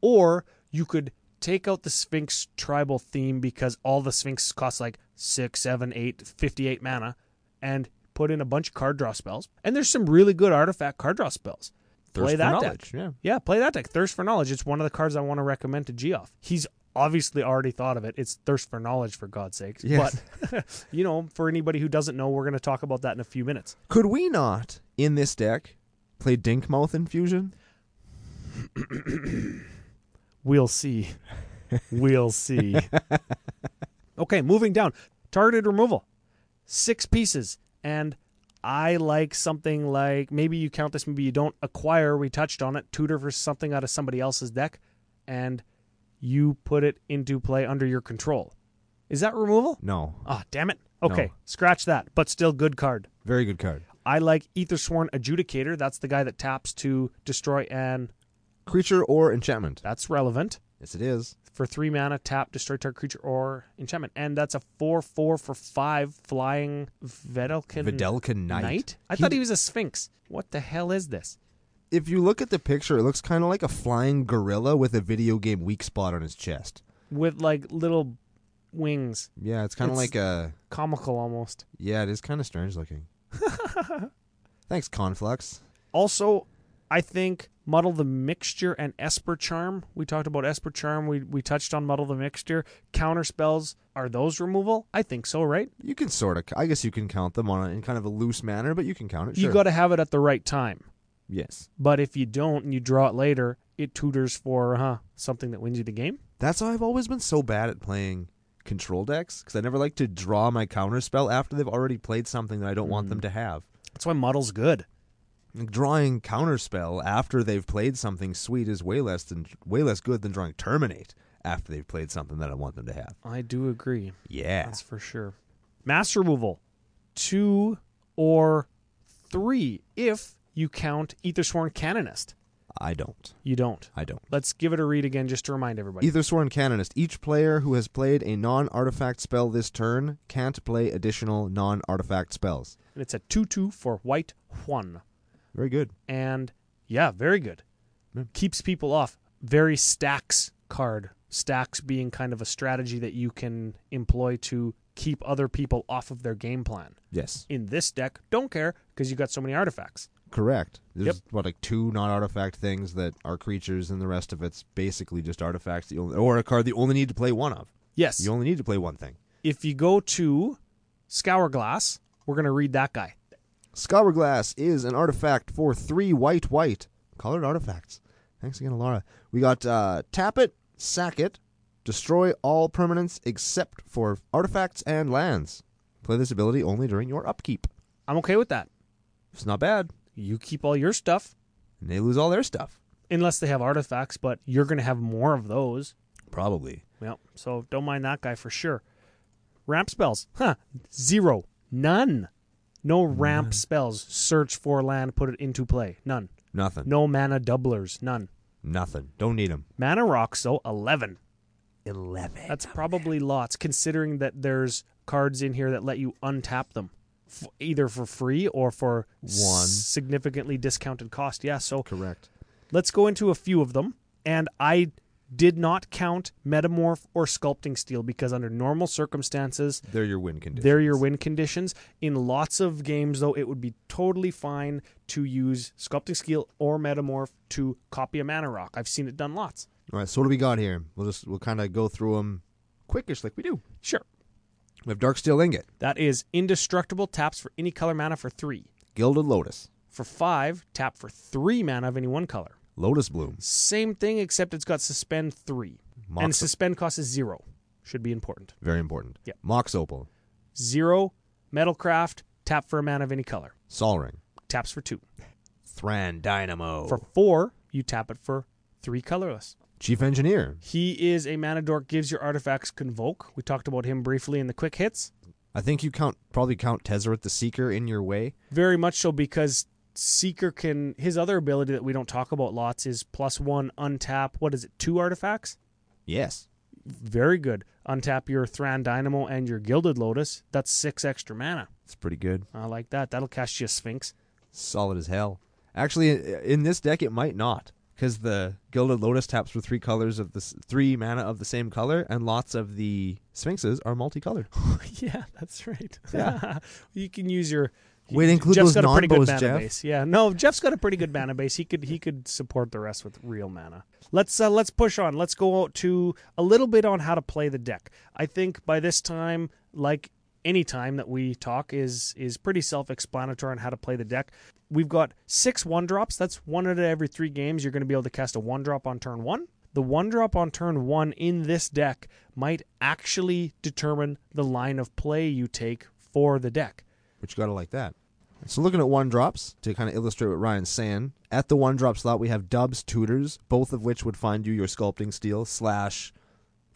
Speaker 2: Or you could take out the Sphinx Tribal theme because all the Sphinx cost like six, seven, eight, 58 mana and put in a bunch of card draw spells. And there's some really good artifact card draw spells.
Speaker 4: Thirst
Speaker 2: play
Speaker 4: for
Speaker 2: that
Speaker 4: knowledge.
Speaker 2: deck.
Speaker 4: Yeah.
Speaker 2: Yeah, play that deck. Thirst for Knowledge. It's one of the cards I want to recommend to Geoff. He's obviously already thought of it. It's Thirst for Knowledge, for God's sakes.
Speaker 4: Yes.
Speaker 2: But, you know, for anybody who doesn't know, we're going to talk about that in a few minutes.
Speaker 4: Could we not, in this deck, play Dinkmouth Infusion?
Speaker 2: We'll see. We'll see. okay, moving down. Targeted removal. Six pieces. And I like something like maybe you count this, maybe you don't. Acquire, we touched on it. Tutor for something out of somebody else's deck. And you put it into play under your control. Is that removal?
Speaker 4: No.
Speaker 2: Ah, damn it. Okay, scratch that, but still good card.
Speaker 4: Very good card.
Speaker 2: I like Ethersworn Adjudicator. That's the guy that taps to destroy an.
Speaker 4: Creature or enchantment.
Speaker 2: That's relevant.
Speaker 4: Yes, it is.
Speaker 2: for three mana, tap, destroy target creature or enchantment, and that's a four four for five flying Vedelkin
Speaker 4: Videlka Knight.
Speaker 2: I thought he was a Sphinx. What the hell is this?
Speaker 4: If you look at the picture, it looks kind of like a flying gorilla with a video game weak spot on his chest.
Speaker 2: With like little wings,
Speaker 4: Yeah, it's kind of
Speaker 2: It's-
Speaker 4: like a.
Speaker 2: comical almost.
Speaker 4: Yeah, it is kind of strange looking. Thanks, Conflux.
Speaker 2: Also, I think muddle the mixture and Esper Charm. We talked about Esper Charm. We we touched on muddle the mixture. Counter spells are those removal? I think so, right?
Speaker 4: You can sort of. I guess you can count them on a, in kind of a loose manner, but you can count it. Sure.
Speaker 2: You got to have it at the right time.
Speaker 4: yes.
Speaker 2: But if you don't and you draw it later, it tutors for huh something that wins you the game.
Speaker 4: That's why I've always been so bad at playing control decks because I never like to draw my counter spell after they've already played something that I don't want them to have.
Speaker 2: That's why Muddle's good.
Speaker 4: Like, drawing counterspell after they've played something sweet is way less than way less good than drawing terminate after they've played something that I want them to have.
Speaker 2: I do agree.
Speaker 4: Yeah.
Speaker 2: That's for sure. Mass removal, two or three if you count Ethersworn Canonist.
Speaker 4: I don't.
Speaker 2: You don't.
Speaker 4: I don't.
Speaker 2: Let's give it a read again just to remind everybody.
Speaker 4: Either sworn canonist. Each player who has played a non-artifact spell this turn can't play additional non-artifact spells.
Speaker 2: And it's a 2 2 for white one.
Speaker 4: Very good.
Speaker 2: And yeah, very good.
Speaker 4: Yeah.
Speaker 2: Keeps people off. Very stacks card. Stacks being kind of a strategy that you can employ to keep other people off of their game plan.
Speaker 4: Yes.
Speaker 2: In this deck, don't care because you got so many artifacts.
Speaker 4: Correct. There's what like two non-artifact things that are creatures, and the rest of it's basically just artifacts. That you only, or a card that you only need to play one of.
Speaker 2: Yes.
Speaker 4: You only need to play one thing.
Speaker 2: if you go to Scourglass, we're going to read that guy.
Speaker 4: Scourglass is an artifact for three white white colored artifacts. Thanks again, Laura. We got uh, tap it, sack it, destroy all permanents except for artifacts and lands. Play this ability only during your upkeep.
Speaker 2: I'm okay with that.
Speaker 4: It's not bad.
Speaker 2: You keep all your stuff
Speaker 4: and they lose all their stuff.
Speaker 2: unless they have artifacts, but you're going to have more of those.
Speaker 4: Probably.
Speaker 2: Yep. So don't mind that guy for sure. Ramp spells. Huh. Zero. None. No ramp spells. Search for land, put it into play. None.
Speaker 4: Nothing.
Speaker 2: No mana doublers. None.
Speaker 4: Nothing. Don't need them.
Speaker 2: Mana rocks, though, 11.
Speaker 4: 11.
Speaker 2: That's probably lots, considering that there's cards in here that let you untap them, f- either for free or for
Speaker 4: One.
Speaker 2: significantly discounted cost. Yeah, so
Speaker 4: correct.
Speaker 2: Let's go into a few of them. And I did not count metamorph or sculpting steel because under normal circumstances,
Speaker 4: They're your win conditions.
Speaker 2: they're your win conditions. In lots of games, though, it would be totally fine to use sculpting steel or metamorph to copy a mana rock. I've seen it done lots.
Speaker 4: All right, so what do we got here? We'll just we'll kind of go through them quickish like we do.
Speaker 2: Sure.
Speaker 4: We have Dark Steel Ingot,
Speaker 2: That is indestructible taps for any color mana for three.
Speaker 4: Gilded Lotus,
Speaker 2: For five, tap for three mana of any one color.
Speaker 4: Lotus Bloom,
Speaker 2: Same thing, except it's got suspend three. and
Speaker 4: Mox.
Speaker 2: suspend cost is zero. Should be important.
Speaker 4: very important.
Speaker 2: Yeah.
Speaker 4: Mox Opal,
Speaker 2: Zero, Metalcraft, tap for a mana of any color.
Speaker 4: Sol Ring,
Speaker 2: Taps for two.
Speaker 4: Thran Dynamo,
Speaker 2: For four, you tap it for three colorless.
Speaker 4: Chief Engineer.
Speaker 2: He is a mana dork, gives your artifacts convoke. We talked about him briefly in the quick hits.
Speaker 4: I think you count probably count Tezzeret the Seeker in your way.
Speaker 2: Very much so because Seeker can, his other ability that we don't talk about lots is plus one, untap, what is it, two artifacts?
Speaker 4: Yes.
Speaker 2: Very good. Untap your Thran Dynamo and your Gilded Lotus. That's six extra mana.
Speaker 4: It's pretty good.
Speaker 2: I like that. That'll cast you a Sphinx.
Speaker 4: Solid as hell. Actually, i- in this deck it might not because the Gilded Lotus taps for three colors of the s- three mana of the same color, and lots of the Sphinxes are multicolored.
Speaker 2: Yeah, that's right.
Speaker 4: Yeah.
Speaker 2: you can use your.
Speaker 4: Wait, include
Speaker 2: Jeff's
Speaker 4: those
Speaker 2: got a pretty good
Speaker 4: non-bows,
Speaker 2: mana
Speaker 4: Jeff.
Speaker 2: base. Yeah, no, Jeff's got a pretty good mana base. He could he could support the rest with real mana. Let's uh, let's push on. Let's go out to a little bit on how to play the deck. I think by this time, like any time that we talk, is is pretty self-explanatory on how to play the deck. We've got six one drops. That's one out of every three games. You're going to be able to cast a one drop on turn one. The one drop on turn one in this deck might actually determine the line of play you take for the deck.
Speaker 4: Which you gotta like that. So looking at one drops to kind of illustrate what Ryan's saying. At the one drop slot, we have Dubs Tutors, both of which would find you your Sculpting Steel slash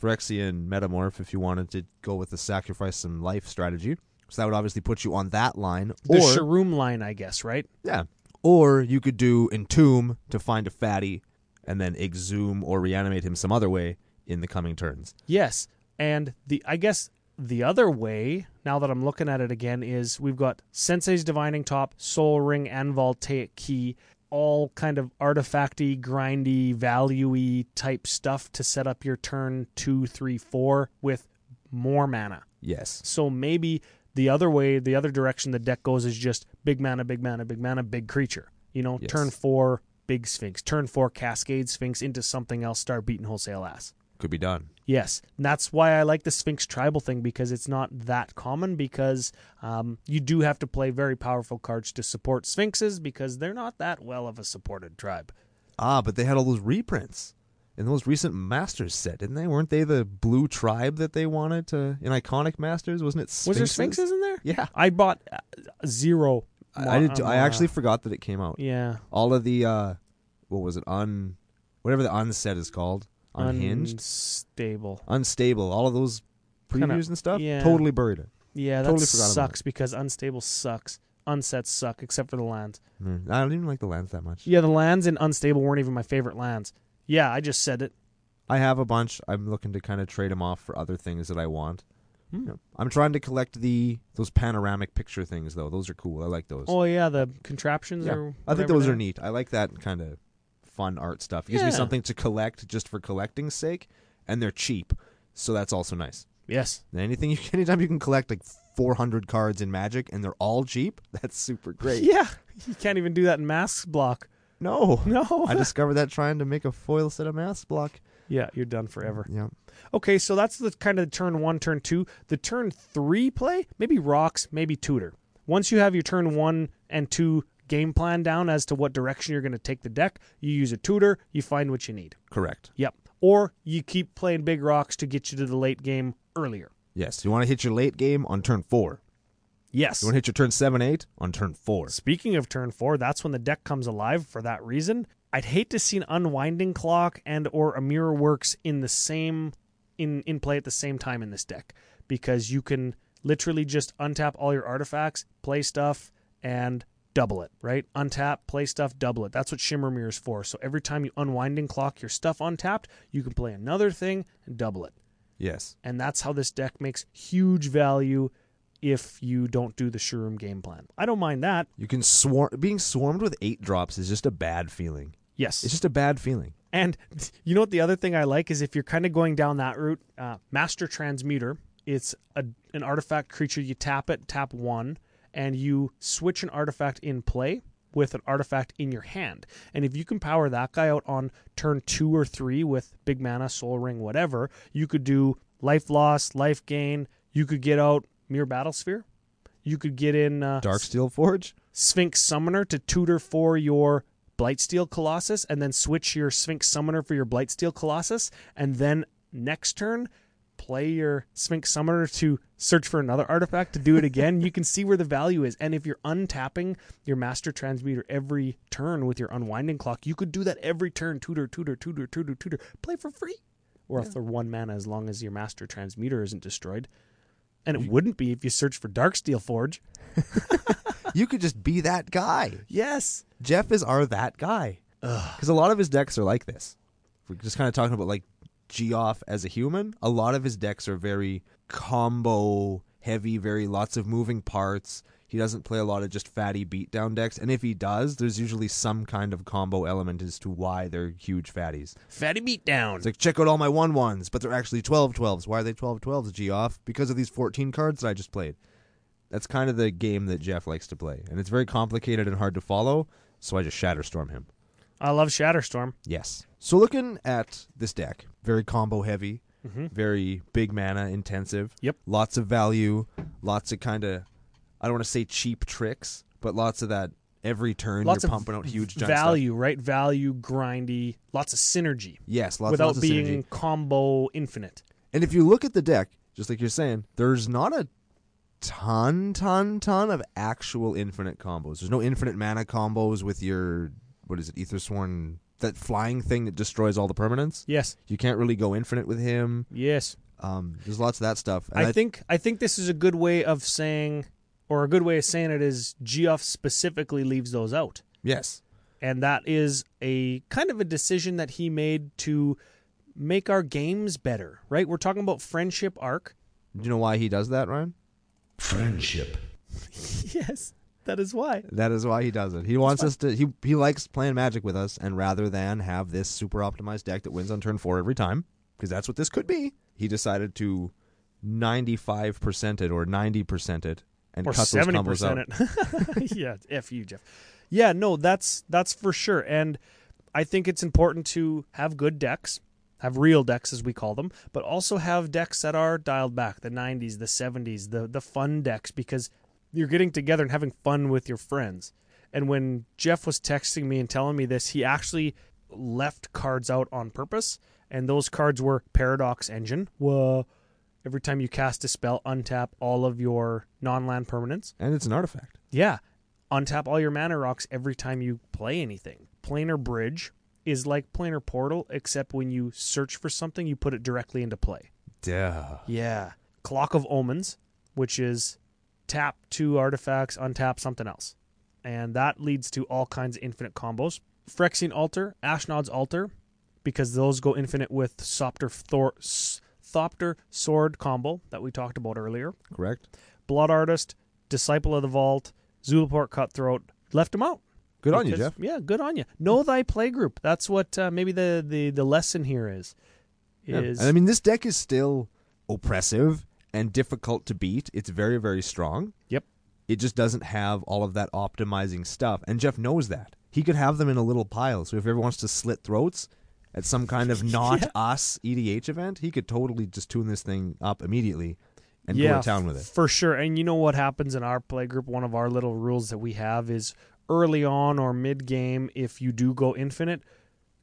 Speaker 4: Phyrexian Metamorph if you wanted to go with the sacrifice some life strategy. So that would obviously put you on that line,
Speaker 2: the
Speaker 4: or
Speaker 2: Sharoom line, I guess, right?
Speaker 4: yeah, or you could do Entomb to find a fatty, and then exhume or reanimate him some other way in the coming turns.
Speaker 2: Yes. And the I guess the other way, now that I'm looking at it again, is we've got Sensei's Divining Top, Soul Ring, and Voltaic Key, all kind of artifacty, grindy, value-y type stuff to set up your turn two, three, four with more mana.
Speaker 4: Yes,
Speaker 2: So maybe the other way, the other direction the deck goes is just big mana, big mana, big mana, big creature. You know,
Speaker 4: Yes.
Speaker 2: turn four, big Sphinx, turn four, Cascade Sphinx into something else, start beating wholesale ass.
Speaker 4: could be done.
Speaker 2: Yes, and that's why I like the Sphinx tribal thing because it's not that common. Because um, you do have to play very powerful cards to support Sphinxes because they're not that well of a supported tribe.
Speaker 4: Ah, but they had all those reprints in those recent Masters set, didn't they? Weren't they the blue tribe that they wanted to in iconic Masters? Wasn't it? Sphinxes?
Speaker 2: Was there Sphinxes in there?
Speaker 4: Yeah,
Speaker 2: I bought uh, zero.
Speaker 4: I, I did. too. I
Speaker 2: uh,
Speaker 4: actually forgot that it came out.
Speaker 2: yeah
Speaker 4: All of the uh, what was it? Un, whatever the unset is called, unhinged,
Speaker 2: unstable.
Speaker 4: unstable. All of those previews
Speaker 2: Kinda-
Speaker 4: and stuff.
Speaker 2: yeah.
Speaker 4: Totally buried it.
Speaker 2: Yeah, that
Speaker 4: Totally forgot about
Speaker 2: sucks because unstable sucks. Unsets suck except for the lands.
Speaker 4: Mm, I don't even like the lands that much.
Speaker 2: Yeah, the lands in unstable weren't even my favorite lands. Yeah, I just said it.
Speaker 4: I have a bunch. I'm looking to kind of trade them off for other things that I want.
Speaker 2: Hmm.
Speaker 4: Yeah. I'm trying to collect the those panoramic picture things though. Those are cool. I like those.
Speaker 2: Oh yeah, the contraptions
Speaker 4: Yeah.
Speaker 2: or
Speaker 4: I think
Speaker 2: whatever
Speaker 4: those
Speaker 2: they
Speaker 4: are neat. I like that kind of fun art stuff. It gives me
Speaker 2: Yeah.
Speaker 4: something to collect just for collecting's sake, and they're cheap, so that's also nice.
Speaker 2: Yes,
Speaker 4: And anything you anytime you can collect like 400 cards in Magic and they're all cheap, that's super great.
Speaker 2: Yeah, you can't even do that in masks block.
Speaker 4: No,
Speaker 2: No.
Speaker 4: I discovered that trying to make a foil set of mass block.
Speaker 2: yeah, you're done forever.
Speaker 4: Yeah,
Speaker 2: Okay, so that's the kind of turn one, turn two. The turn three play, maybe rocks, maybe tutor. Once you have your turn one and two game plan down as to what direction you're going to take the deck, you use a tutor, you find what you need.
Speaker 4: correct.
Speaker 2: Yep. Or you keep playing big rocks to get you to the late game earlier.
Speaker 4: Yes, you want to hit your late game on turn four.
Speaker 2: Yes.
Speaker 4: You want to hit your turn seven, eight on turn four.
Speaker 2: Speaking of turn four, that's when the deck comes alive for that reason. I'd hate to see an unwinding clock and or a mirror works in the same in in play at the same time in this deck because you can literally just untap all your artifacts, play stuff and double it, right? Untap, play stuff, double it. That's what Shimmer Mirror is for. So every time you unwinding clock your stuff untapped, you can play another thing and double it.
Speaker 4: Yes.
Speaker 2: And that's how this deck makes huge value if you don't do the Shurum game plan. I don't mind that.
Speaker 4: You can swarm. Being swarmed with eight drops is just a bad feeling.
Speaker 2: Yes.
Speaker 4: It's just a bad feeling.
Speaker 2: And you know what the other thing I like is if you're kind of going down that route, uh, Master Transmuter. It's a, an artifact creature. You tap it, tap one, and you switch an artifact in play with an artifact in your hand. And if you can power that guy out on turn two or three with big mana, soul ring, whatever, you could do life loss, life gain. You could get out Mirror Battlesphere. You could get in uh,
Speaker 4: Dark Steel Forge.
Speaker 2: Sphinx Summoner to tutor for your Blightsteel Colossus, and then switch your Sphinx Summoner for your Blightsteel Colossus, and then next turn play your Sphinx Summoner to search for another artifact to do it again. you can see where the value is, and if you're untapping your Master Transmuter every turn with your Unwinding Clock, you could do that every turn. Tutor, tutor, tutor, tutor, tutor. Play for free, or if they're one mana, as long as your Master Transmuter isn't destroyed. And it wouldn't be if you search for Darksteel Forge.
Speaker 4: you could just be that guy.
Speaker 2: Yes.
Speaker 4: Jeff is our that guy. Because a lot of his decks are like this. If We're just kind of talking about like Geoff as a human. A lot of his decks are very combo heavy, very lots of moving parts. He doesn't play a lot of just fatty beatdown decks, and if he does, there's usually some kind of combo element as to why they're huge fatties.
Speaker 2: Fatty Beatdown.
Speaker 4: It's like check out all my one ones, but they're actually 12 12s. Why are they 12 12s, Geoff? Because of these 14 cards that I just played. That's kind of the game that Jeff likes to play, and it's very complicated and hard to follow, so I just Shatterstorm him.
Speaker 2: I love Shatterstorm.
Speaker 4: Yes. So looking at this deck, very combo heavy, very big mana intensive.
Speaker 2: Mm-hmm. Yep.
Speaker 4: Lots of value, lots of kind of, I don't want to say cheap tricks, but lots of that every turn
Speaker 2: Lots
Speaker 4: you're
Speaker 2: of
Speaker 4: pumping out huge giant stuff.
Speaker 2: value, right? Value, grindy, lots of synergy
Speaker 4: Yes, lots,
Speaker 2: without
Speaker 4: lots of
Speaker 2: being
Speaker 4: synergy.
Speaker 2: combo infinite.
Speaker 4: And if you look at the deck, just like you're saying, there's not a ton, ton, ton of actual infinite combos. There's no infinite mana combos with your what is it, Ether Sworn, that flying thing that destroys all the permanents.
Speaker 2: Yes,
Speaker 4: You can't really go infinite with him.
Speaker 2: yes.
Speaker 4: Um, there's lots of that stuff. And
Speaker 2: I, think I think this is a good way of saying, or a good way of saying it is, Geoff specifically leaves those out,
Speaker 4: yes,
Speaker 2: and that is a kind of a decision that he made to make our games better. Right? We're talking about friendship arc.
Speaker 4: do you know why he does that, Ryan?
Speaker 5: Friendship.
Speaker 2: yes, that is why.
Speaker 4: That is why he does it. He wants us to. He he likes playing Magic with us, and rather than have this super optimized deck that wins on turn four every time, because that's what this could be, he decided to ninety five percent it or ninety percent it and
Speaker 2: or
Speaker 4: cut those
Speaker 2: seventy
Speaker 4: combos out.
Speaker 2: percent. yeah, f you, Jeff. Yeah, no, that's that's for sure. And I think it's important to have good decks, have real decks as we call them, but also have decks that are dialed back, the '90s, the '70s, the the fun decks, because you're getting together and having fun with your friends. And when Jeff was texting me and telling me this, he actually left cards out on purpose, and those cards were Paradox Engine. Whoa. Every time you cast a spell, untap all of your non land permanents.
Speaker 4: And it's an artifact.
Speaker 2: Yeah. Untap all your mana rocks every time you play anything. Planar Bridge is like Planar Portal, except when you search for something, you put it directly into play.
Speaker 4: Duh.
Speaker 2: Yeah. Clock of Omens, which is tap two artifacts, untap something else. And that leads to all kinds of infinite combos. Phyrexian Altar, Ashnod's Altar, because those go infinite with Sopter Thor, S- Thopter Sword combo that we talked about earlier.
Speaker 4: Correct.
Speaker 2: Blood Artist, Disciple of the Vault, Zulaport Cutthroat. Left him out.
Speaker 4: Good on you,
Speaker 2: Because-
Speaker 4: Jeff.
Speaker 2: Yeah, good on you. Know thy playgroup. That's what uh, maybe the, the, the lesson here is.
Speaker 4: Yeah.
Speaker 2: Is
Speaker 4: And I mean, this deck is still oppressive and difficult to beat. It's very very strong.
Speaker 2: Yep.
Speaker 4: It just doesn't have all of that optimizing stuff. And Jeff knows that. He could have them in a little pile. So if everyone wants to slit throats at some kind of not us EDH event, he could totally just tune this thing up immediately and go to town with it.
Speaker 2: For sure. And you know what happens in our play group? One of our little rules that we have is early on or mid game, if you do go infinite,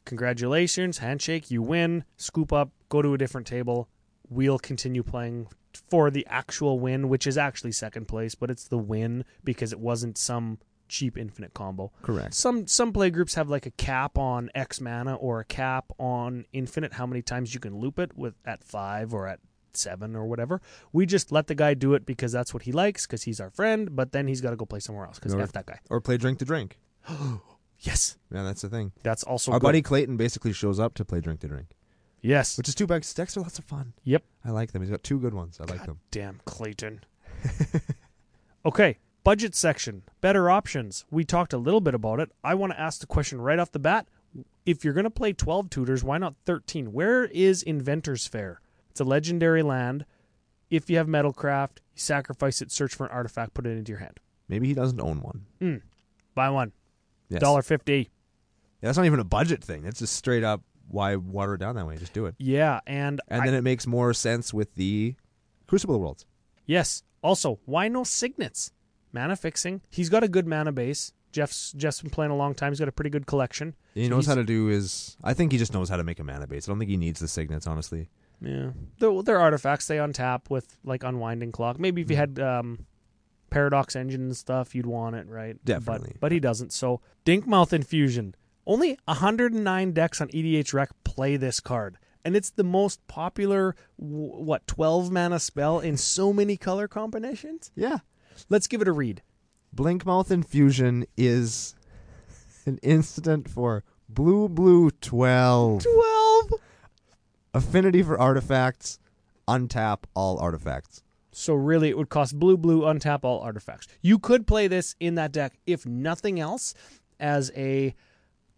Speaker 2: congratulations, handshake, you win, scoop up, go to a different table. We'll continue playing for the actual win, which is actually second place, but it's the win because it wasn't some cheap infinite combo.
Speaker 4: Correct.
Speaker 2: Some some play groups have like a cap on X mana or a cap on infinite how many times you can loop it with at 5 or at 7 or whatever. We just let the guy do it because that's what he likes cuz he's our friend, but then he's got to go play somewhere else cuz
Speaker 4: Or-
Speaker 2: F that guy.
Speaker 4: Or play drink to drink.
Speaker 2: Yes.
Speaker 4: Yeah, that's the thing.
Speaker 2: That's also
Speaker 4: Our
Speaker 2: Oh, good.
Speaker 4: buddy Clayton basically shows up to play drink to drink,
Speaker 2: Yes.
Speaker 4: which is too bad. 'cause Decks are lots of fun.
Speaker 2: Yep.
Speaker 4: I like them. He's got two good ones. I like them.
Speaker 2: Damn Clayton. okay, budget section, better options. We talked a little bit about it. I want to ask the question right off the bat. If you're going to play 12 tutors, why not 13? Where is Inventor's Fair? It's a legendary land. If you have Metalcraft, you sacrifice it, search for an artifact, put it into your hand.
Speaker 4: Maybe he doesn't own one.
Speaker 2: Buy one.
Speaker 4: Yes.
Speaker 2: Dollar fifty.
Speaker 4: Yeah, that's not even a budget thing. That's just straight up. Why water it down that way? Just do it.
Speaker 2: Yeah, and,
Speaker 4: And
Speaker 2: I-
Speaker 4: then it makes more sense with the Crucible Worlds.
Speaker 2: Yes. Also, why no signets? Mana fixing. He's got a good mana base. Jeff's Jeff's been playing a long time. He's got a pretty good collection.
Speaker 4: He
Speaker 2: So
Speaker 4: knows
Speaker 2: he's-
Speaker 4: how to do his. I think he just knows how to make a mana base. I don't think he needs the signets, honestly.
Speaker 2: Yeah, they're, they're artifacts. They untap with like unwinding clock. Maybe if you had um, paradox engine and stuff, you'd want it, right? But-
Speaker 4: Definitely.
Speaker 2: But, he doesn't. So Dinkmouth infusion. Only 109 decks on EDH Rec play this card, and it's the most popular w- what 12 mana spell in so many color combinations.
Speaker 4: Yeah.
Speaker 2: Let's give it a read.
Speaker 4: Blinkmouth Infusion is an instant for blue, blue 12.
Speaker 2: 12.
Speaker 4: Affinity for artifacts. Untap all artifacts.
Speaker 2: So really, it would cost blue, blue, untap all artifacts. You could play this in that deck, if nothing else, as a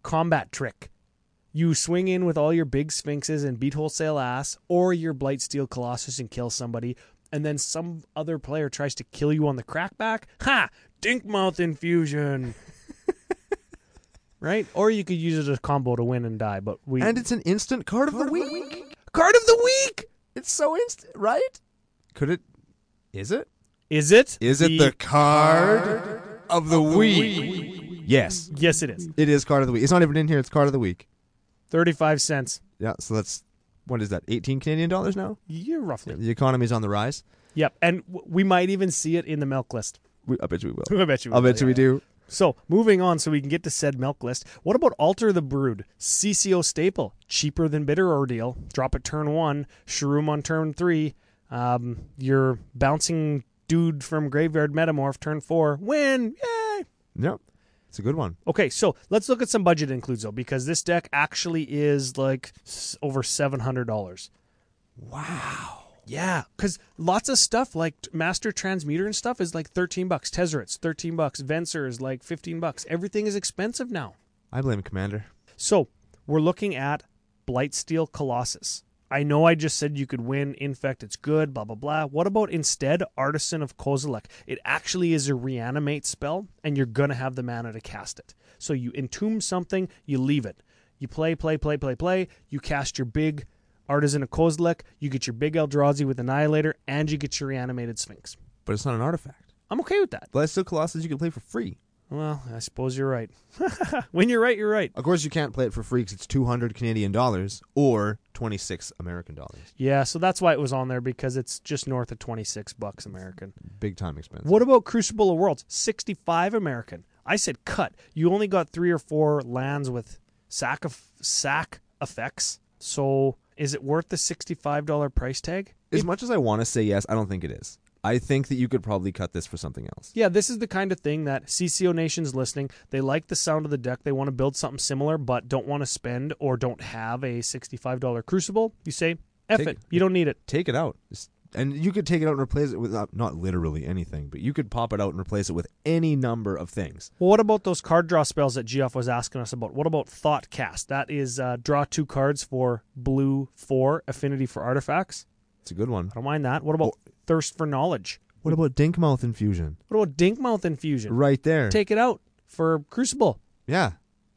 Speaker 2: combat trick. You swing in with all your big sphinxes and beat wholesale ass, or your blightsteel colossus and kill somebody, and then some other player tries to kill you on the crackback. Ha! Dinkmouth infusion. right? Or you could use it as a combo to win and die. But we
Speaker 4: And it's an instant card of the week.
Speaker 2: card of the week.
Speaker 4: It's so instant, right? Could it. Is it?
Speaker 2: Is it?
Speaker 4: Is it the card of the week? Yes.
Speaker 2: Yes, it is.
Speaker 4: It is card of the week. It's not even in here. It's card of the week.
Speaker 2: Thirty-five cents.
Speaker 4: Yeah, so that's. What is that? 18 Canadian dollars now?
Speaker 2: Yeah, roughly.
Speaker 4: The economy's on the rise.
Speaker 2: Yep, and w- we might even see it in the milk list.
Speaker 4: We, I bet you we will.
Speaker 2: I bet you.
Speaker 4: I bet you we
Speaker 2: yeah.
Speaker 4: do.
Speaker 2: So moving on, so we can get to said milk list. What about alter the brood? CCO staple, cheaper than bitter ordeal. Drop it turn one, shroom on turn three. Um, your bouncing dude from graveyard metamorph turn four. Win! Yay!
Speaker 4: Yep. It's a good one.
Speaker 2: Okay, so let's look at some budget includes though, because this deck actually is like s- over seven hundred dollars.
Speaker 4: Wow.
Speaker 2: Yeah, because lots of stuff like t- Master Transmuter and stuff is like thirteen bucks. Tezzeret's thirteen bucks. Venser is like fifteen bucks. Everything is expensive now.
Speaker 4: I blame Commander.
Speaker 2: So we're looking at Blightsteel Colossus. I know I just said you could win Infect. It's good. Blah blah blah. What about instead Artisan of Kozilek? It actually is a reanimate spell, and you're gonna have the mana to cast it. So you entomb something, you leave it. You play, play, play, play, play. You cast your big Artisan of Kozilek. You get your big Eldrazi with Annihilator, and you get your reanimated Sphinx.
Speaker 4: But it's not an artifact.
Speaker 2: I'm okay with that.
Speaker 4: But it's still Colossus you can play for free.
Speaker 2: Well, I suppose you're right. when you're right, you're right.
Speaker 4: Of course, you can't play it for free because it's 200 Canadian dollars or 26 American dollars.
Speaker 2: Yeah, so that's why it was on there because it's just north of 26 bucks American.
Speaker 4: Big time expense.
Speaker 2: What about Crucible of Worlds? 65 American. I said cut. You only got 3 or 4 lands with sack of sack effects. So is it worth the $65 price tag?
Speaker 4: As much as I want to say yes, I don't think it is. I think that you could probably cut this for something else.
Speaker 2: Yeah, this is the kind of thing that CCO Nation's listening. They like the sound of the deck. They want to build something similar, but don't want to spend or don't have a $65 Crucible. You say, F
Speaker 4: Take-
Speaker 2: it. You don't need it.
Speaker 4: Take it out. Just- and you could take it out and replace it with uh, not literally anything, but you could pop it out and replace it with any number of things.
Speaker 2: Well, what about those card draw spells that Geoff was asking us about? What about Thought Cast? That is uh, draw two cards for blue four affinity for artifacts.
Speaker 4: It's a good one.
Speaker 2: I don't mind that. What about Thirst for Knowledge?
Speaker 4: What about Dinkmouth infusion?
Speaker 2: What about Dinkmouth Infusion?
Speaker 4: Right there.
Speaker 2: Take it out for Crucible.
Speaker 4: Yeah.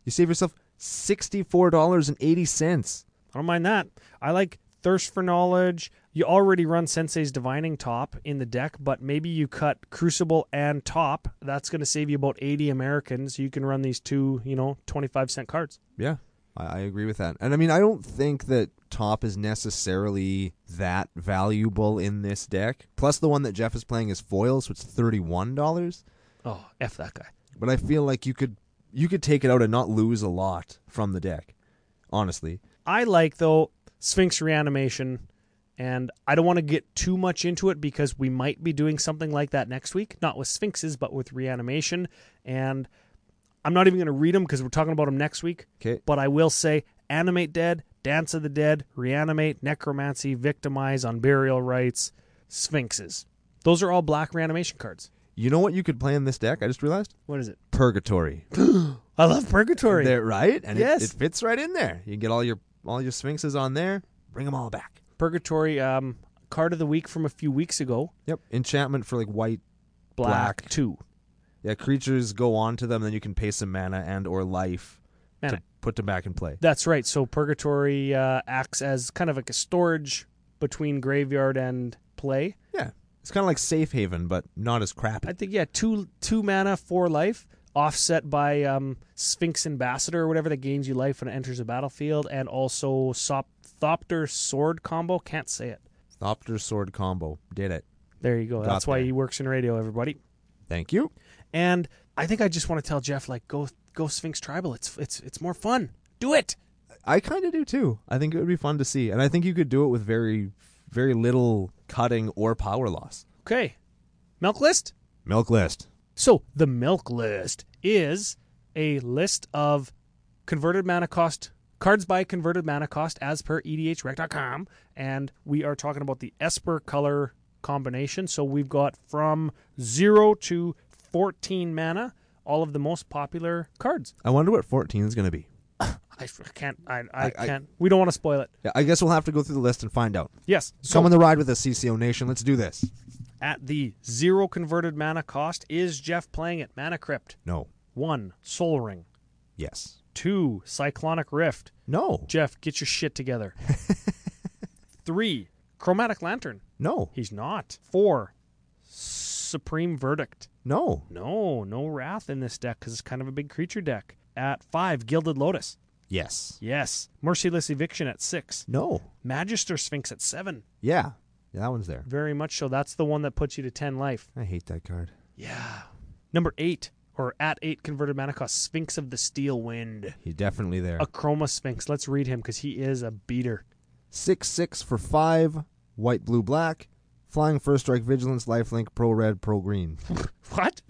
Speaker 4: You save yourself $64.80.
Speaker 2: I don't mind that. I like Thirst for Knowledge. You already run Sensei's Divining Top in the deck, but maybe you cut Crucible and Top. That's going to save you about 80 Americans. You can run these two, you know, 25 cent cards.
Speaker 4: Yeah. I, I agree with that. And I mean, I don't think that top is necessarily that valuable in this deck. Plus, the one that Jeff is playing is foil, so it's thirty-one dollars.
Speaker 2: Oh, f that guy.
Speaker 4: But I feel like you could you could take it out and not lose a lot from the deck. Honestly,
Speaker 2: I like though Sphinx reanimation, and I don't want to get too much into it because we might be doing something like that next week, not with Sphinxes, but with reanimation. And I'm not even going to read them because we're talking about them next week.
Speaker 4: okay.
Speaker 2: But I will say, animate dead, dance of the dead, reanimate, necromancy, victimize, on burial rites, Sphinxes. Those are all black reanimation cards.
Speaker 4: You know what you could play in this deck? I just realized
Speaker 2: What is it?
Speaker 4: purgatory.
Speaker 2: I love Purgatory.
Speaker 4: there, right? And it-
Speaker 2: Yes.
Speaker 4: it, fits right in there. You can get all your all your sphinxes on there. Bring them all back.
Speaker 2: Purgatory um, card of the week from a few weeks ago.
Speaker 4: Yep. Enchantment for like white.
Speaker 2: Black,
Speaker 4: Black.
Speaker 2: two.
Speaker 4: Yeah, creatures go on to them, then you can pay some mana and or life
Speaker 2: Mana.
Speaker 4: to put them back in play.
Speaker 2: That's right. So Purgatory uh, acts as kind of like a storage between graveyard and play.
Speaker 4: Yeah. It's kind of like safe haven, but not as crappy.
Speaker 2: I think yeah, two two mana for life, offset by um, Sphinx Ambassador or whatever that gains you life when it enters the battlefield, and also Sop- Thopter Sword combo. Can't say it.
Speaker 4: Thopter sword combo. Did it.
Speaker 2: There you go.
Speaker 4: Got
Speaker 2: That's why
Speaker 4: there.
Speaker 2: he works in radio, everybody.
Speaker 4: Thank you.
Speaker 2: And I think I just want to tell Jeff like go go Sphinx Tribal. It's it's it's more fun. Do it.
Speaker 4: I kind of do too. I think it would be fun to see. And I think you could do it with very very little cutting or power loss.
Speaker 2: Okay. Milk list.
Speaker 4: Milk list.
Speaker 2: So the milk list is a list of converted mana cost cards by converted mana cost as per E edhrec.com and we are talking about the esper color combination so we've got from 0 to 14 mana all of the most popular cards
Speaker 4: I wonder what 14 is going to be.
Speaker 2: i f- can't i, I,
Speaker 4: I- I-
Speaker 2: can't we don't want to spoil it
Speaker 4: Yeah, I guess we'll have to go through the list and find out.
Speaker 2: yes so
Speaker 4: Come on the ride with us, CCO Nation. Let's do this.
Speaker 2: at the zero converted mana cost is jeff playing it mana crypt
Speaker 4: No.
Speaker 2: one soul ring
Speaker 4: Yes.
Speaker 2: two cyclonic rift
Speaker 4: No.
Speaker 2: Jeff, get your shit together. Three, Chromatic Lantern.
Speaker 4: No.
Speaker 2: He's not. Four, Supreme Verdict.
Speaker 4: No.
Speaker 2: No, no Wrath in this deck because it's kind of a big creature deck. At five, Gilded Lotus.
Speaker 4: Yes.
Speaker 2: Yes. Merciless Eviction at six.
Speaker 4: No.
Speaker 2: Magister Sphinx at seven.
Speaker 4: Yeah. yeah. That one's there.
Speaker 2: Very much so. That's the one that puts you to 10 life.
Speaker 4: I hate that card.
Speaker 2: Yeah. Number eight, or at eight, converted mana cost, Sphinx of the Steel Wind.
Speaker 4: He's definitely there.
Speaker 2: A Chroma Sphinx. Let's read him because he is a beater.
Speaker 4: Six six for five. White blue black. Flying first strike vigilance lifelink pro red pro green.
Speaker 2: What?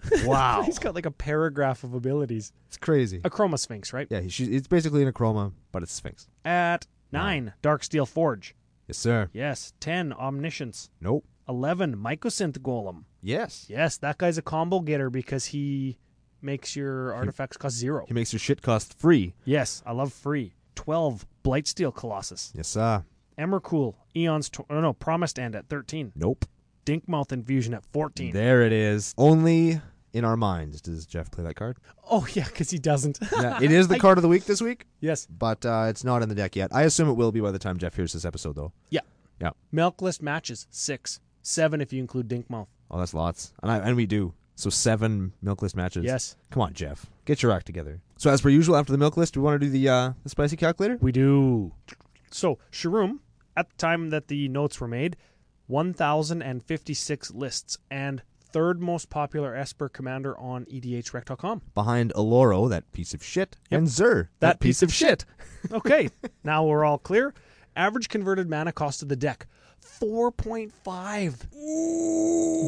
Speaker 4: Wow.
Speaker 2: He's got like a paragraph of abilities.
Speaker 4: It's crazy.
Speaker 2: A chroma sphinx, right?
Speaker 4: Yeah, he, she, it's basically in a chroma, but it's Sphinx.
Speaker 2: At nine, dark steel forge.
Speaker 4: Yes, sir.
Speaker 2: Yes. Ten, omniscience.
Speaker 4: Nope.
Speaker 2: Eleven, mycosynth golem.
Speaker 4: Yes.
Speaker 2: Yes, that guy's a combo getter because he makes your artifacts cost zero.
Speaker 4: He makes your shit cost free.
Speaker 2: Yes, I love free. Twelve, blightsteel colossus.
Speaker 4: Yes, sir.
Speaker 2: Emmercool, eons. Tor- oh no, promised end at thirteen.
Speaker 4: Nope.
Speaker 2: Dinkmouth infusion at fourteen.
Speaker 4: There it is. Only in our minds does Jeff play that card.
Speaker 2: oh yeah, because he doesn't.
Speaker 4: Yeah, it is the card of the week this week.
Speaker 2: yes.
Speaker 4: but uh, it's not in the deck yet. I assume it will be by the time Jeff hears this episode, though.
Speaker 2: Yeah.
Speaker 4: Yeah.
Speaker 2: Milk list matches six, seven if you include Dinkmouth.
Speaker 4: Oh, that's lots, and I, and we do. So seven milk list matches.
Speaker 2: Yes.
Speaker 4: Come on, Jeff, get your act together. So as per usual, after the milk list, we want to do the uh, the spicy calculator.
Speaker 2: We do. So, Shroom, at the time that the notes were made, 1,056 lists and third most popular Esper commander on E edhrec.com.
Speaker 4: Behind Aloro, that piece of shit, and Zer, that, piece of shit.
Speaker 2: Okay, now we're all clear. Average converted mana cost of the deck 4.5.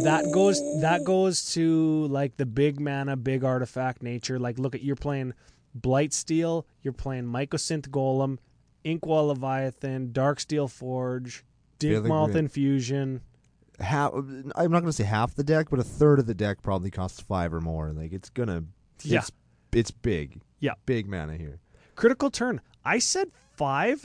Speaker 2: That goes that goes to like the big mana, big artifact nature. Like look at you're playing Blightsteel, you're playing Mycosynth Golem, Inkwell Leviathan, Darksteel Forge,
Speaker 4: Feeling
Speaker 2: Dinkmouth
Speaker 4: great.
Speaker 2: Infusion.
Speaker 4: Half, I'm not going to say half the deck, but a third of the deck probably costs five or more. Like it's gonna.
Speaker 2: Yeah.
Speaker 4: It's, it's big.
Speaker 2: Yeah.
Speaker 4: Big mana here.
Speaker 2: Critical turn. I said five.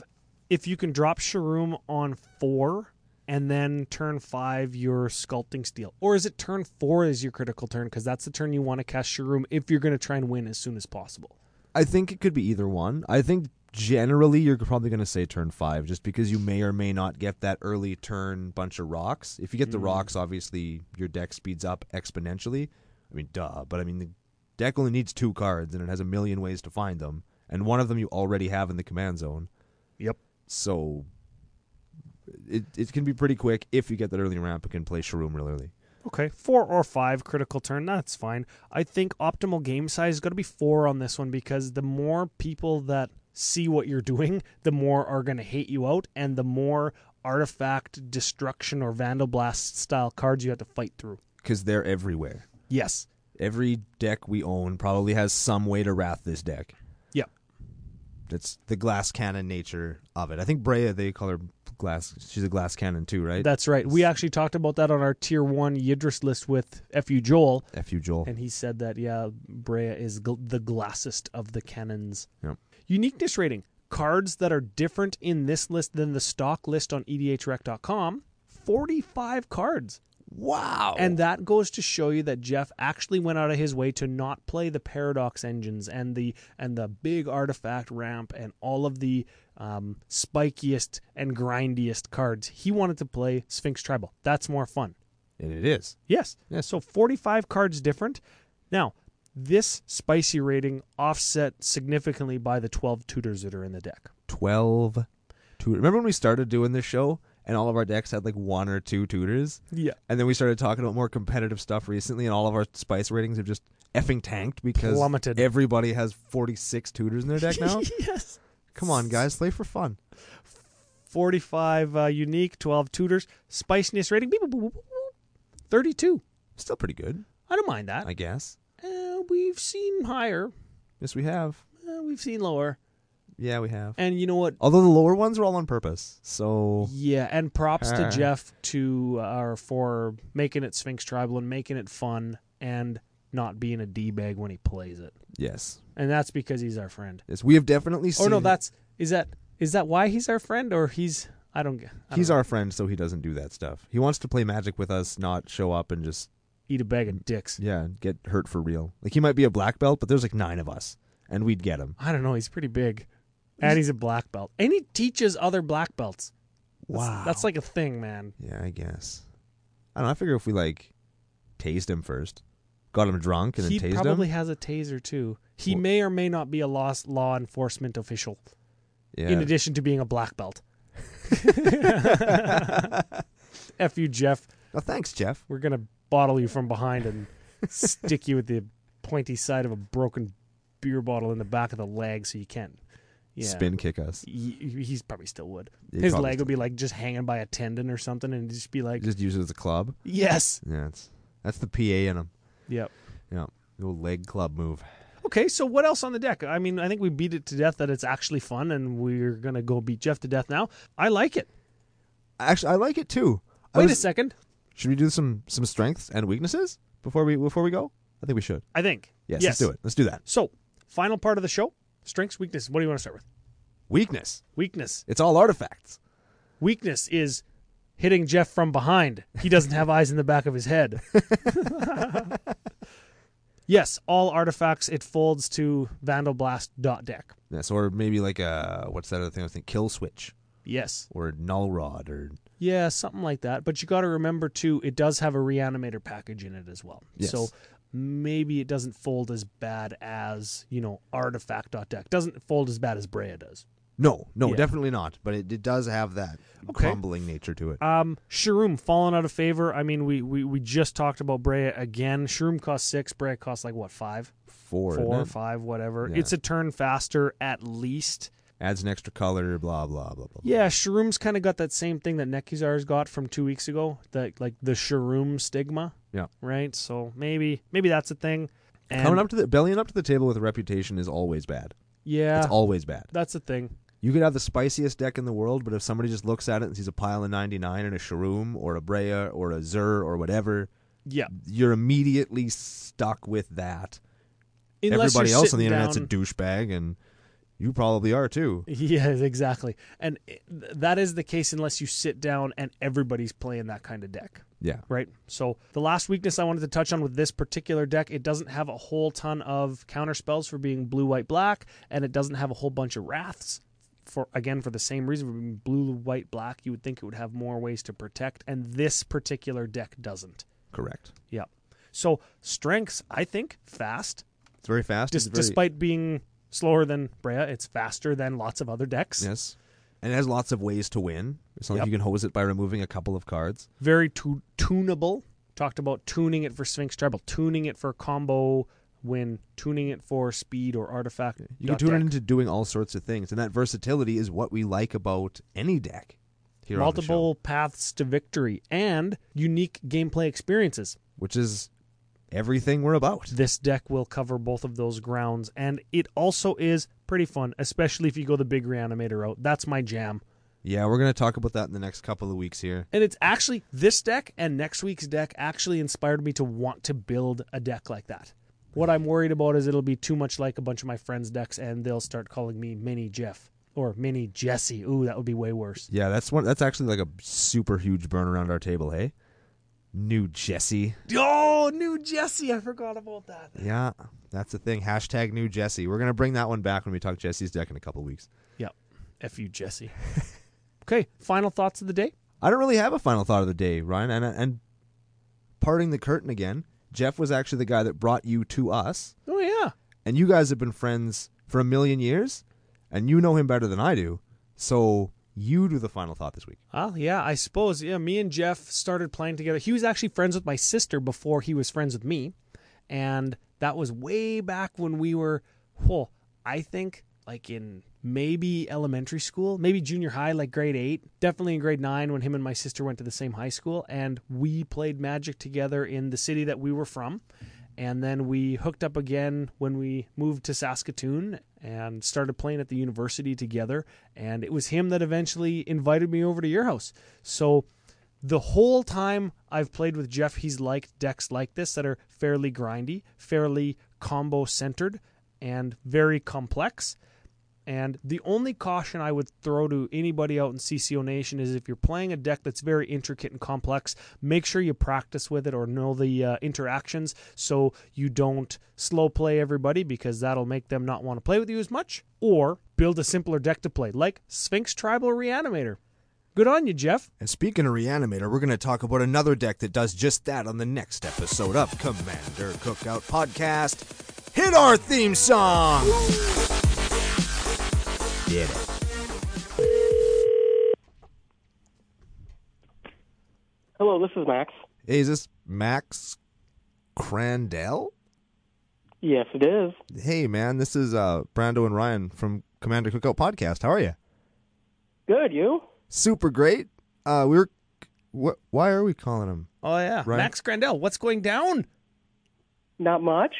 Speaker 2: If you can drop Sharoom on four and then turn five, your sculpting steel. Or is it turn four is your critical turn? Because that's the turn you want to cast Sharoom if you're going to try and win as soon as possible.
Speaker 4: I think it could be either one. I think generally you're probably going to say turn five, just because you may or may not get that early turn bunch of rocks. If you get the rocks, obviously your deck speeds up exponentially. I mean, duh. But I mean, the deck only needs two cards, and it has a million ways to find them. and one of them you already have in the command zone.
Speaker 2: Yep.
Speaker 4: So it it can be pretty quick if you get that early ramp and can play Shroom real early.
Speaker 2: Okay, four or five critical turn. That's fine. I think optimal game size is going to be four on this one because the more people that see what you're doing, the more are going to hate you out, and the more artifact destruction or vandal blast style cards you have to fight through.
Speaker 4: Because they're everywhere.
Speaker 2: Yes.
Speaker 4: Every deck we own probably has some way to wrath this deck.
Speaker 2: Yep.
Speaker 4: That's the glass cannon nature of it. I think Brea they call her glass she's a glass cannon too, right?
Speaker 2: That's right. We actually talked about that on our tier one Yidris list with F.U. Joel,
Speaker 4: F you Joel.
Speaker 2: and he said that yeah, Brea is gl- the glassest of the cannons.
Speaker 4: Yep.
Speaker 2: Uniqueness rating: cards that are different in this list than the stock list on E edhrec.com. Forty-five cards,
Speaker 4: Wow.
Speaker 2: and that goes to show you that Jeff actually went out of his way to not play the paradox engines and the and the big artifact ramp and all of the um, spikiest and grindiest cards. He wanted to play Sphinx Tribal. That's more fun.
Speaker 4: and it is.
Speaker 2: Yes.
Speaker 4: Yeah.
Speaker 2: So 45 cards different. Now, this spicy rating offset significantly by the 12 tutors that are in the deck.
Speaker 4: 12 tutors. Remember when we started doing this show and all of our decks had like one or two tutors?
Speaker 2: Yeah.
Speaker 4: And then we started talking about more competitive stuff recently, and all of our spice ratings have just effing tanked because
Speaker 2: Plummeted.
Speaker 4: everybody has 46 tutors in their deck now.
Speaker 2: yes.
Speaker 4: Come on, guys, play for fun.
Speaker 2: 45 uh, unique, 12 tutors, spiciness rating beep, boop, boop, boop, boop, 32.
Speaker 4: Still pretty good,
Speaker 2: I don't mind that.
Speaker 4: I guess.
Speaker 2: Uh, we've seen higher,
Speaker 4: Yes, we have.
Speaker 2: uh, we've seen lower.
Speaker 4: Yeah, we have.
Speaker 2: And you know what?
Speaker 4: Although the lower ones are all on purpose. So,
Speaker 2: Yeah, and props to
Speaker 4: Uh.
Speaker 2: Jeff to uh, for making it Sphinx Tribal and making it fun and not being a d bag when he plays it.
Speaker 4: yes.
Speaker 2: and that's because he's our friend.
Speaker 4: Yes, we have definitely seen
Speaker 2: Oh no, that's is that is that why he's our friend or he's I don't get
Speaker 4: He's our friend, so he doesn't do that stuff. He wants to play magic with us, not show up and just
Speaker 2: eat a bag of dicks.
Speaker 4: Yeah, get hurt for real. Like he might be a black belt, but there's like nine of us, and we'd get him.
Speaker 2: I don't know. He's pretty big, and he's a black belt, and he teaches other black belts. That's- that's like a thing, man.
Speaker 4: yeah, I guess. I don't. know. I figure if we like tased him first, got him drunk, and
Speaker 2: He
Speaker 4: then tased
Speaker 2: probably
Speaker 4: him.
Speaker 2: has a taser too. He
Speaker 4: Well-
Speaker 2: may or may not be a lost law enforcement official,
Speaker 4: Yeah.
Speaker 2: in addition to being a black belt. F you, Jeff.
Speaker 4: Oh, thanks, Jeff.
Speaker 2: We're gonna bottle you from behind and stick you with the pointy side of a broken beer bottle in the back of the leg, so you can't. Yeah,
Speaker 4: Spin kick us.
Speaker 2: He, he's probably still would.
Speaker 4: He
Speaker 2: His
Speaker 4: probably
Speaker 2: leg
Speaker 4: still-
Speaker 2: would be like just hanging by a tendon or something, and he'd just be like,
Speaker 4: Just use it as a club.
Speaker 2: "Yes,
Speaker 4: Yeah, it's, that's the PA in him.
Speaker 2: yep."
Speaker 4: Yeah, the old leg club move.
Speaker 2: Okay, so what else on the deck? I mean, I think we beat it to death that it's actually fun, and we're gonna go beat Jeff to death now. I like it.
Speaker 4: Actually, I like it too. I
Speaker 2: Wait a
Speaker 4: was-
Speaker 2: second.
Speaker 4: Should we do some some strengths and weaknesses before we before we go? I think we should.
Speaker 2: I think.
Speaker 4: Yes, let's do it. Let's do that.
Speaker 2: So, final part of the show: strengths, weaknesses. What do you want to start with?
Speaker 4: Weakness.
Speaker 2: Weakness.
Speaker 4: It's all artifacts.
Speaker 2: weakness is hitting Jeff from behind. He doesn't have eyes in the back of his head. yes, all artifacts it folds to Vandalblast dot deck.
Speaker 4: Yes, or maybe like a what's that other thing I was thinking? Kill switch
Speaker 2: Yes.
Speaker 4: or null rod or
Speaker 2: Yeah, something like that. But you got to remember too, it does have a reanimator package in it as well.
Speaker 4: Yes.
Speaker 2: So maybe it doesn't fold as bad as, you know, artifact dot deck. Doesn't fold as bad as Brea does.
Speaker 4: no, no,
Speaker 2: Yeah.
Speaker 4: definitely not. But it, it does have that
Speaker 2: Okay.
Speaker 4: crumbling nature to it.
Speaker 2: Um, Shroom falling out of favor. I mean, we we, we just talked about Brea again. Shroom costs six. Brea costs like what five?
Speaker 4: Four,
Speaker 2: four,
Speaker 4: isn't it?
Speaker 2: five, whatever.
Speaker 4: Yeah.
Speaker 2: It's a turn faster at least.
Speaker 4: adds an extra color. Blah blah blah blah.
Speaker 2: Yeah, Shroom's kind of got that same thing that Nekizar's got from two weeks ago, that like the Shroom stigma.
Speaker 4: Yeah.
Speaker 2: Right. So maybe maybe that's a thing. And
Speaker 4: Coming up to the bellying up to the table with a reputation is always bad.
Speaker 2: yeah,
Speaker 4: it's always bad.
Speaker 2: that's a thing.
Speaker 4: You could have the spiciest deck in the world, but if somebody just looks at it and sees a pile of ninety nine and a Shroom or a Brea or a Zur or whatever,
Speaker 2: Yeah.
Speaker 4: you're immediately stuck with that.
Speaker 2: Unless
Speaker 4: Everybody
Speaker 2: you're
Speaker 4: else on the
Speaker 2: sitting
Speaker 4: internet's a
Speaker 2: down-
Speaker 4: douchebag, and you probably are too.
Speaker 2: Yes, exactly. And i- th- that is the case unless you sit down and everybody's playing that kind of deck.
Speaker 4: Yeah.
Speaker 2: right? So the last weakness I wanted to touch on with this particular deck, it doesn't have a whole ton of counter spells for being blue, white, black, and it doesn't have a whole bunch of wraths. For again, for the same reason, for being blue, white, black, you would think it would have more ways to protect, and this particular deck doesn't.
Speaker 4: Correct.
Speaker 2: Yeah. So strengths, I think, fast,
Speaker 4: It's very fast.
Speaker 2: dis-
Speaker 4: it's very,
Speaker 2: despite being slower than Brea. It's faster than lots of other decks.
Speaker 4: Yes. And it has lots of ways to win. It's not
Speaker 2: Yep.
Speaker 4: like you can hose it by removing a couple of cards.
Speaker 2: Very tu- tunable. Talked about tuning it for Sphinx Tribal, tuning it for combo win, tuning it for speed or artifact.
Speaker 4: You
Speaker 2: dot
Speaker 4: can tune
Speaker 2: deck.
Speaker 4: it into doing all sorts of things. And that versatility is what we like about any deck here on the show,
Speaker 2: multiple paths to victory and unique gameplay experiences.
Speaker 4: which is everything we're about.
Speaker 2: This deck will cover both of those grounds, and it also is pretty fun, especially if you go the big reanimator route. That's my jam.
Speaker 4: Yeah, we're going to talk about that in the next couple of weeks here.
Speaker 2: And it's actually this deck and next week's deck actually inspired me to want to build a deck like that. What I'm worried about is it'll be too much like a bunch of my friends' decks, and they'll start calling me Mini Jeff or Mini Jesse. Ooh, that would be way worse.
Speaker 4: Yeah, that's one. That's actually like a super huge burn around our table. Hey, new Jesse.
Speaker 2: Oh, new Jesse! I forgot about that.
Speaker 4: Yeah, that's the thing. Hashtag new Jesse. We're gonna bring that one back when we talk Jesse's deck in a couple of weeks.
Speaker 2: Yep. F you, Jesse. okay, final thoughts of the day.
Speaker 4: I don't really have a final thought of the day, Ryan. And and parting the curtain again. Jeff was actually the guy that brought you to us,
Speaker 2: Oh yeah.
Speaker 4: and you guys have been friends for a million years, and you know him better than I do. So you do the final thought this week.
Speaker 2: Well, yeah, I suppose. Yeah, me and Jeff started playing together. He was actually friends with my sister before he was friends with me. And that was way back when we were, well, I think like in maybe elementary school, maybe junior high, like grade eight, definitely in grade nine when him and my sister went to the same high school. And we played Magic together in the city that we were from. And then we hooked up again when we moved to Saskatoon and started playing at the university together. And it was him that eventually invited me over to your house. So the whole time I've played with Jeff, he's liked decks like this that are fairly grindy, fairly combo centered, and very complex. And the only caution I would throw to anybody out in CCO Nation is if you're playing a deck that's very intricate and complex, make sure you practice with it or know the uh, interactions so you don't slow play everybody because that'll make them not want to play with you as much. Or build a simpler deck to play, like Sphinx Tribal Reanimator. Good on you, Jeff.
Speaker 4: And speaking of Reanimator, we're going to talk about another deck that does just that on the next episode of Commander Cookout Podcast. Hit our theme song! Did it.
Speaker 5: Hello, this is Max.
Speaker 4: Hey, is this Max Crandell?
Speaker 5: Yes, it is.
Speaker 4: Hey, man, this is uh, Brando and Ryan from Commander Cookout Podcast. How are you?
Speaker 5: Good, you?
Speaker 4: Super great. Uh, we were. Wh- why are we calling him?
Speaker 2: Oh yeah,
Speaker 4: Right.
Speaker 2: Max Grandel. What's going down?
Speaker 5: Not much.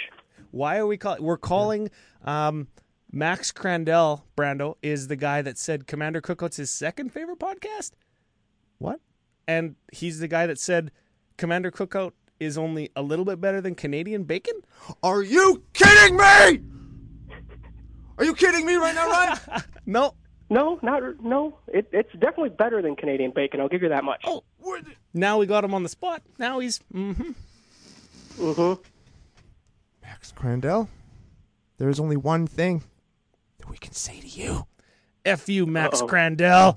Speaker 2: Why are we calling? We're calling um, Max Crandell. Brando is the guy that said Commander Cookout's his second favorite podcast,
Speaker 4: What?
Speaker 2: and he's the guy that said Commander Cookout is only a little bit better than Canadian bacon.
Speaker 4: Are you kidding me? Are you kidding me right now, Ryan?
Speaker 2: No,
Speaker 5: No, not no. It, it's definitely better than Canadian bacon. I'll give you that much.
Speaker 4: What-
Speaker 2: now we got him on the spot. Now he's hmm
Speaker 5: Mm-hmm.
Speaker 4: Max Crandell, there is only one thing that we can say to you.
Speaker 2: f you, Max Crandell.